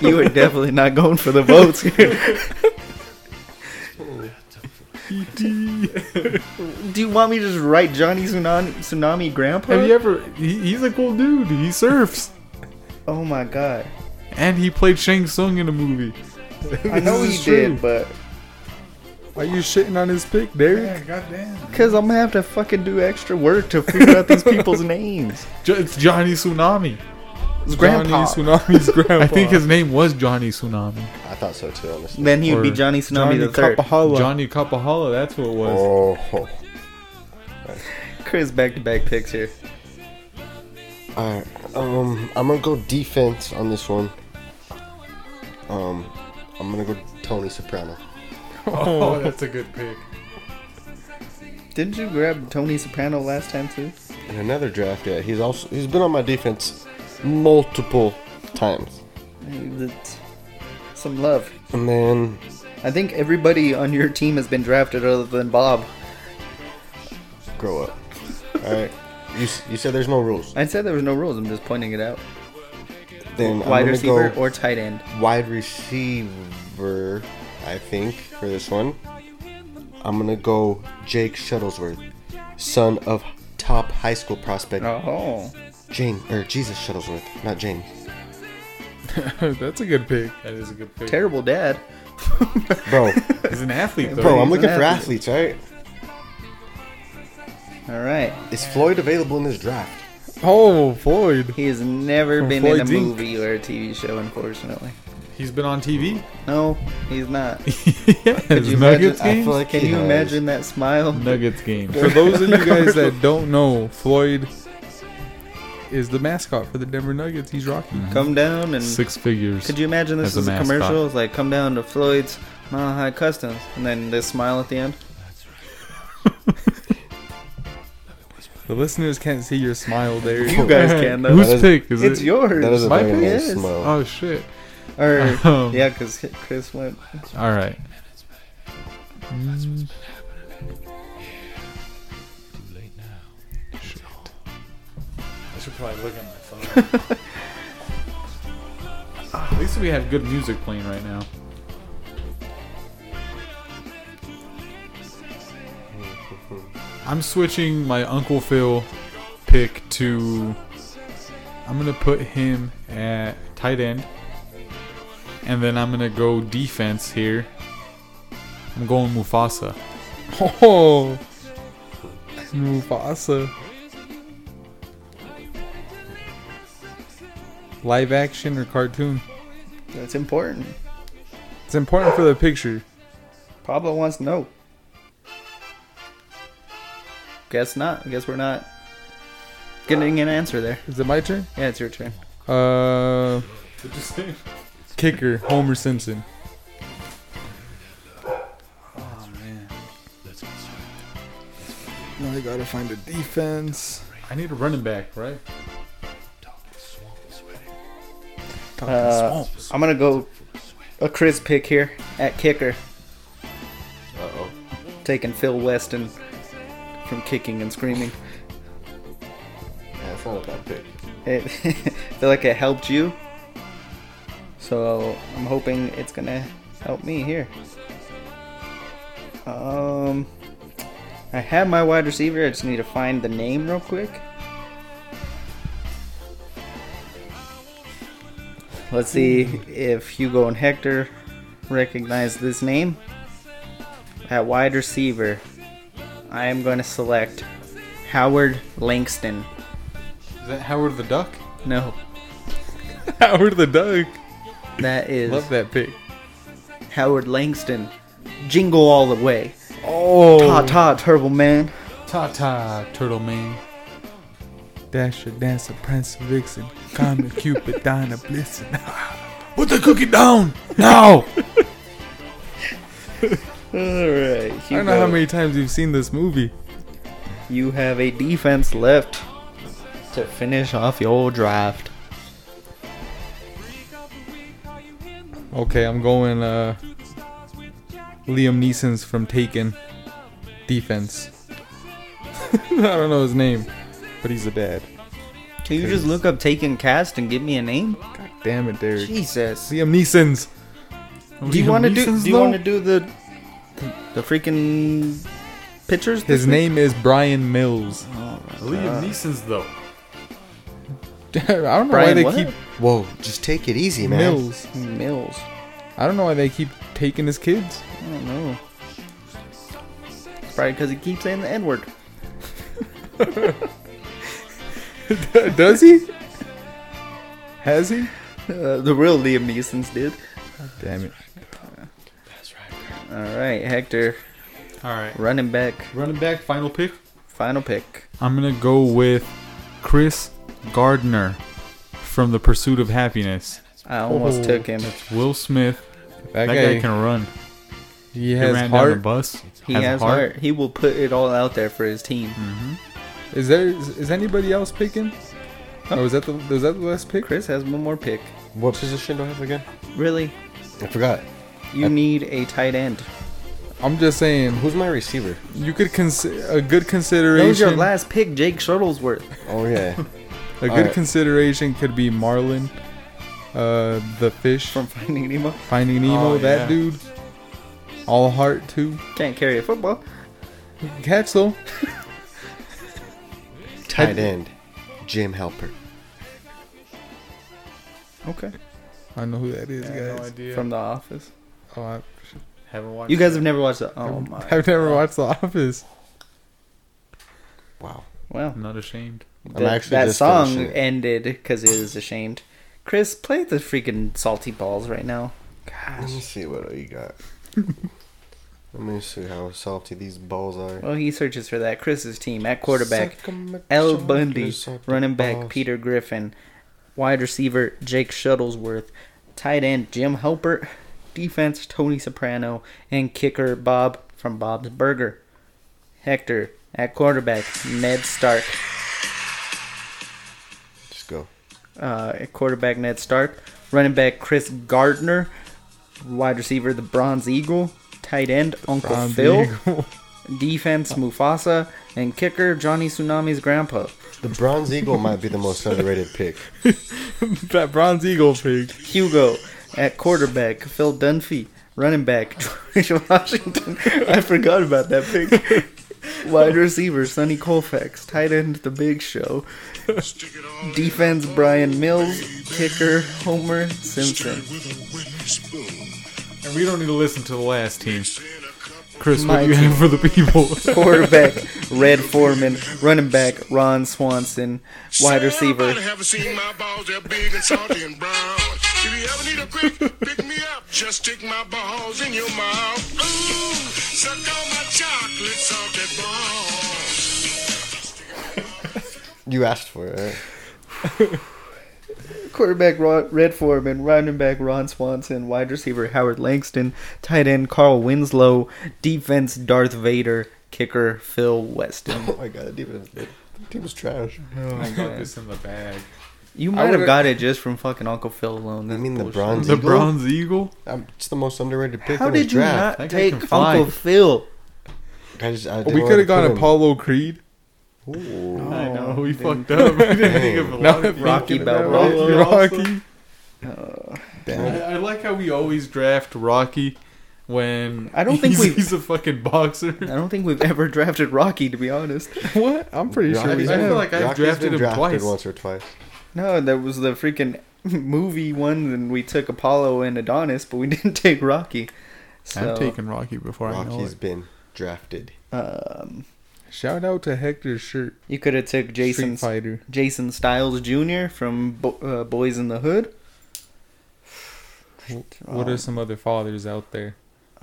S2: You were definitely not going for the votes.
S5: E
S2: Do you want me to just write Johnny Tsunami, Tsunami Grandpa?
S9: Have you ever? He, he's a cool dude. He surfs,
S2: oh my god.
S9: and he played Shang Tsung in a movie.
S2: I know
S5: This
S2: he
S5: is true.
S2: did, but.
S5: Why you shitting on his pick, Derek?
S9: goddamn.
S2: Because I'm gonna have to fucking do extra work to figure out these people's names.
S9: Jo- it's Johnny Tsunami.
S2: It's Grandpa.
S5: Johnny Tsunami's grandpa.
S9: I think his name was Johnny Tsunami.
S4: I thought so too, honestly.
S2: Then he would be
S9: Or
S2: Johnny Tsunami the third.
S5: Kapahala.
S9: Johnny Kapahala. That's what it was.
S4: Oh,
S2: Chris back to back picks here.
S4: all right. Um, I'm gonna go defense on this one. Um, I'm gonna go Tony Soprano.
S9: Oh, that's a good pick.
S2: Didn't you grab Tony Soprano last time too?
S4: In another draft, yeah, he's also he's been on my defense multiple times.
S2: Hey, that's- Some love.
S4: And then
S2: I think everybody on your team has been drafted other than Bob.
S4: grow up. All right. You, s- you said there's no rules.
S2: I said there was no rules. I'm just pointing it out.
S4: Then I'm
S2: Wide
S4: gonna
S2: receiver
S4: go
S2: or tight end.
S4: wide receiver, I think, for this one. I'm gonna go Jake Shuttlesworth, son of top high school prospect
S2: Oh,
S4: Jane or Jesus Shuttlesworth, not James.
S5: That's a good pick.
S9: That is a good pick.
S2: terrible dad.
S4: Bro,
S9: He's an athlete though.
S4: bro, I'm
S2: he's
S4: looking
S2: an
S4: for
S2: athlete.
S4: athletes, right?
S2: All right,
S4: Is Floyd available in this draft?
S5: Oh, Floyd.
S2: he has never been in a
S5: Floyd Dink.
S2: movie or a TV show, unfortunately.
S9: He's been on TV.
S2: No, he's not.
S9: yes,
S2: you
S9: Nuggets
S2: imagine- I
S9: game.
S4: feel like
S2: Can
S4: he
S2: you
S4: has.
S2: imagine that smile?
S9: Nuggets game.
S5: For those of you guys that don't know, Floyd is the mascot for the Denver Nuggets. He's Rocky.
S2: Come down and
S9: Mm-hmm. Six figures.
S2: Could you imagine this
S9: As
S2: as
S9: a
S2: a,
S9: mascot.
S2: commercial? It's like, come down to Floyd's Mile High Customs, and then this smile at the end.
S5: The listeners can't see your smile there.
S2: You guys can though.
S9: Whose
S4: That is-
S9: pick is
S2: it's
S9: it?
S2: yours.
S4: That is a
S9: My
S4: very
S9: pick
S4: nice
S2: is-
S4: smile.
S9: Oh shit!
S2: or
S9: Um,
S2: yeah, because Chris went.
S9: All right. I should probably look at my phone. At least we have good music playing right now. I'm switching my Uncle Phil pick to. I'm gonna put him at tight end, and then I'm gonna go defense here. I'm going Mufasa.
S5: Oh, Mufasa. Live action or cartoon?
S2: That's important.
S5: It's important for the picture.
S2: Pablo wants to know. Guess not. Guess we're not getting an answer there.
S5: Is it my turn?
S2: Yeah, it's your turn.
S5: Uh, kicker Homer Simpson. Now I gotta find a defense.
S9: I need a running back, right?
S2: Uh, I'm gonna go a Chris pick here at kicker,
S4: Uh-oh.
S2: taking Phil Weston from kicking and screaming.
S4: Yeah, that's not a bad pick.
S2: It, I feel like it helped you. So I'm hoping it's gonna help me here. Um, I have my wide receiver. I just need to find the name real quick. Let's see if Hugo and Hector recognize this name. At wide receiver, I am going to select Howard Langston.
S5: Is that Howard the Duck?
S2: No,
S5: Howard the Duck.
S2: that is
S5: Love that pick.
S2: Howard Langston. Jingle all the way.
S5: Oh,
S2: Ta ta, Turbo Man.
S9: Ta ta, Turtle Man.
S5: Dasher, Dancer, Prince, Vixen, Comet, Cupid, Dinah, Blitzen. Put the cookie down now.
S2: All right.
S5: I don't know how many times you've seen this movie.
S2: You have a defense left to finish off your draft.
S5: Okay, I'm going uh Liam Neeson's from Taken defense. I don't know his name, but he's a dad.
S2: Can you just look up Taken Cast and give me a name?
S5: God damn it, Derek.
S2: Jesus.
S5: Liam Neeson's.
S2: Do you want to do?
S5: Neeson's
S2: Do you
S5: though?
S2: want to do the, the freaking pictures? this
S5: His
S2: week?
S5: name is Brian Mills.
S9: Oh, Liam Neeson's though.
S5: I don't know why
S2: Brian
S5: they
S2: what?
S5: keep
S4: Whoa, just take it easy, man.
S5: Mills.
S2: Mills.
S5: I don't know why they keep taking his kids.
S2: I don't know. Probably because he keeps saying the N word.
S5: Does he? Has he?
S2: Uh, the real Liam Neeson's did.
S5: Damn it.
S2: All right, Hector,
S9: All right,
S2: running back,
S9: running back, final pick.
S2: final pick.
S9: I'm gonna go with Chris Gardner from The Pursuit of Happiness.
S2: I almost
S5: Oh.
S2: took him.
S9: Will Smith.
S5: That,
S9: That
S5: guy,
S9: guy can run.
S5: he
S9: He
S5: has
S9: ran down
S5: heart.
S9: the bus.
S2: He has, heart. He will put it all out there for his team.
S5: Is there is, is anybody else picking? Oh, is that the is that the last pick?
S2: Chris has one more pick.
S4: What position do I have again?
S2: Really,
S4: I forgot.
S2: you need a tight end.
S5: I'm just saying
S4: Who's my receiver?
S5: you could consider a good
S2: That
S5: consideration.
S2: was your last pick, Jake Shuttlesworth.
S4: Oh yeah.
S5: a good
S4: Alright.
S5: consideration could be Marlin, uh, the fish
S2: From
S5: from
S2: Finding Nemo,
S5: Finding Nemo.
S9: Oh,
S5: that
S9: yeah.
S5: dude, all heart too.
S2: can't carry a football.
S5: He can Catch though.
S4: Tight end. Jim Halpert.
S2: Okay,
S5: I know who that is,
S9: no
S5: guys.
S9: idea.
S2: from The Office.
S5: oh, I,
S9: Haven't watched.
S2: You guys have never watched the. Oh my.
S5: I've never watched The Office.
S4: Wow.
S2: Well,
S9: I'm not ashamed.
S4: I'm
S2: that,
S4: actually
S2: that
S4: just
S2: song
S4: finishing it.
S2: ended because it is ashamed. Chris, play the freaking salty balls right now.
S4: Let me see what you got. Let me see how salty these balls are.
S2: Well, he searches for that. Chris's team at quarterback,
S4: Suck 'em at
S2: L.
S4: your
S2: Bundy,
S4: suck 'em
S2: running
S4: balls.
S2: back Peter Griffin, wide receiver Jake Shuttlesworth, tight end Jim Halpert, defense Tony Soprano, and kicker Bob from Bob's Burger. Hector at quarterback, Ned Stark.
S4: Just go.
S2: uh, at quarterback Ned Stark, running back Chris Gardner, wide receiver the Bronze Eagle, tight end Uncle
S9: Bronze
S2: Phil, defense Mufasa, and kicker Johnny Tsunami's grandpa.
S4: The Bronze Eagle might be the most underrated pick.
S5: that bronze eagle pig.
S2: Hugo at quarterback Phil Dunphy, running back George Washington. I forgot about that pick. Wide receiver Sonny Colfax, tight end The Big Show, defense Brian Mills, kicker Homer Simpson.
S9: And we don't need to listen to the last team. Chris,
S2: My
S9: what do you
S2: team.
S9: have for the people?
S2: quarterback Red Foreman, running back Ron Swanson, wide receiver.
S3: Everybody haven't seen my balls, they're big and salty and brown. If you ever need a grip, pick me up. Just stick my balls in your mouth. Ooh, suck on my chocolate salted balls.
S4: You asked for it. Right?
S2: Quarterback Ron, Red Foreman, running back Ron Swanson, wide receiver Howard Langston, tight end Carl Winslow, defense Darth Vader, kicker Phil Weston.
S4: Oh my god, that team is, that team is trash.
S9: I got Oh this in the bag.
S2: You
S4: I
S2: might have
S4: would've-
S2: got it just from fucking Uncle Phil alone.
S4: I
S2: This
S4: mean, the
S2: bullshit.
S4: Bronze
S9: The
S4: Eagle.
S9: Bronze Eagle?
S4: Um, it's the most underrated pick
S2: How
S4: in this
S2: did you
S4: draft.
S2: not
S9: That guy
S2: take
S9: can fly.
S2: Uncle Phil?
S4: I just, I didn't
S5: We
S4: wanna
S5: could have
S4: put
S5: gone
S4: him- Oh,
S5: Apollo Creed.
S4: Ooh.
S9: I know, we fucked up. We didn't think of a
S5: Now
S9: lot of
S2: Rocky
S9: people.
S2: Balboa.
S5: Rocky.
S4: Damn.
S9: I, I like how we always draft Rocky when
S2: I don't think
S9: he's,
S2: we've-
S9: he's a fucking boxer.
S2: I don't think we've ever drafted Rocky, to be honest.
S5: What? I'm pretty sure we
S9: I feel
S5: have.
S9: like I've
S4: Rocky's
S9: drafted
S4: been
S9: him twice.
S4: once or twice.
S2: No, that was the freaking movie one, and we took Apollo and Adonis, but we didn't take Rocky. So,
S9: I've taken Rocky before I know
S4: Rocky's
S9: it.
S4: been drafted.
S2: Um,
S5: Shout out to Hector's shirt.
S2: you could have took
S5: Street
S2: Jason
S5: Fighter.
S2: Jason Styles Jr. from Bo- uh, Boys in the Hood. Um,
S5: What are some other fathers out there?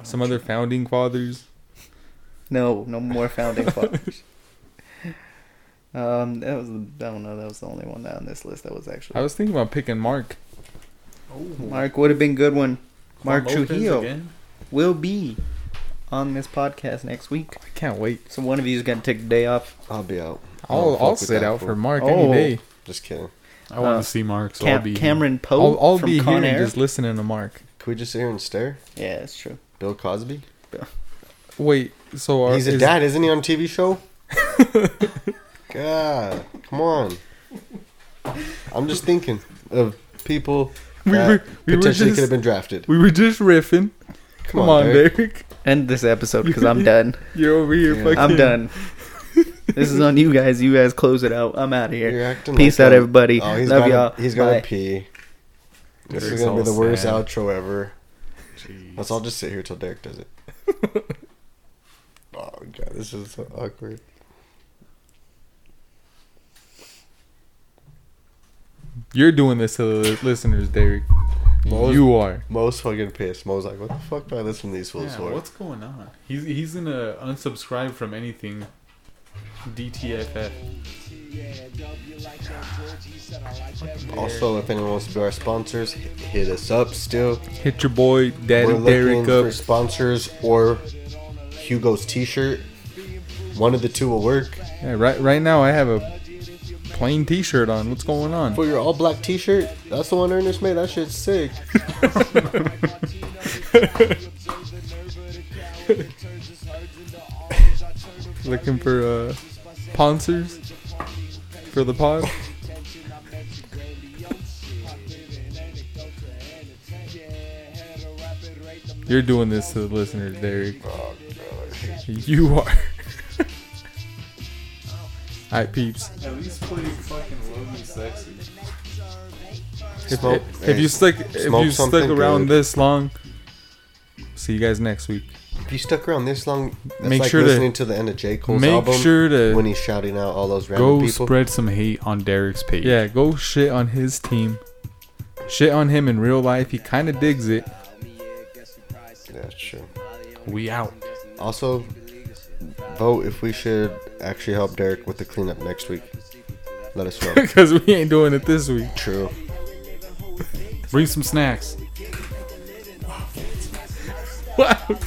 S5: Some other founding fathers?
S2: No, no more founding fathers. Um, that was I don't know. That was the only one on this list that was actually
S5: I was thinking about picking Mark.
S2: Mark would have been good one. Mark
S9: Lopez
S2: Trujillo
S9: again?
S2: will be on this podcast next week,
S5: I can't wait.
S2: so one of you is gonna take the day off.
S4: I'll be out. I don't
S5: I'll,
S4: fuck
S5: I'll
S4: with
S5: sit
S4: that
S5: out
S4: fool.
S5: for Mark
S2: Oh.
S5: any day.
S4: Just kidding.
S9: I want
S2: Uh,
S9: to see Mark, so I'll
S2: Cam-
S9: be
S2: Cameron Poe
S5: I'll, I'll
S2: from
S5: be here
S2: Con
S5: and
S2: Air.
S5: just listening to Mark.
S4: Can we just sit here and stare?
S2: Yeah, that's true.
S4: Bill Cosby?
S5: Wait, so are,
S4: He's a
S5: is-
S4: dad, isn't he, on TV show? God, come on. I'm just thinking of people
S5: We
S4: that
S5: were- we were
S4: potentially
S5: just-
S4: could have been drafted.
S5: we were just riffing. Come, on, Derek.
S2: End this episode because I'm done.
S5: You're over here
S4: Yeah.
S5: fucking.
S2: I'm done. this is on you guys. You guys close it out. I'm out of
S4: You're
S2: here.
S4: acting
S2: Peace
S4: like
S2: out,
S4: a-
S2: everybody.
S4: Oh, he's
S2: Love
S4: gonna,
S2: y'all.
S4: He's gonna
S2: Bye.
S4: pee. This
S9: Derek's
S4: is gonna be
S9: all
S4: the worst
S9: sad.
S4: outro ever.
S9: Jeez.
S4: Let's all just sit here till Derek does it. oh god, this is so awkward.
S5: You're doing this to the listeners, Derek.
S4: Mo's,
S5: You are.
S4: Mo's fucking pissed. Mo's like, what the fuck do I listen to these fools
S9: Yeah,
S4: for?
S9: what's going on? He's he's gonna unsubscribe from anything. DTFF.
S4: Also, if anyone wants to be our sponsors, hit, hit us up still.
S5: Hit your boy,
S4: We're
S5: Daddy
S4: looking
S5: Derek up.
S4: for sponsors or Hugo's t-shirt. One of the two will work.
S5: Yeah, right, right now, I have a plain T-shirt on. What's going on?
S4: For your all black t-shirt, that's the one Ernest made. That shit's sick.
S5: Looking for uh, sponsors for the pod. You're doing this to the listeners, Derek.
S4: Oh,
S5: You are. Alright, peeps.
S9: At least play fucking love me sexy.
S5: If,
S4: Smoke-
S5: if
S4: hey,
S5: you stick, if
S4: smoke
S5: you stuck
S4: something
S5: around
S4: good.
S5: this long, see you guys next week.
S4: If you stuck around this long, that's
S5: Make
S4: like
S5: sure to-
S4: listening to, the end of J Cole's
S5: make
S4: album
S5: sure to-
S4: when he's shouting out all those random
S9: Go
S4: people.
S9: spread some hate on Derek's page.
S5: Yeah, go shit on his team. Shit on him in real life. He kind of digs it.
S4: Yeah, sure.
S5: We out.
S4: Also, vote if we should actually help Derek with the cleanup next week. Let us know.
S5: Because we ain't doing it this week.
S4: True.
S5: Bring some snacks. Wow.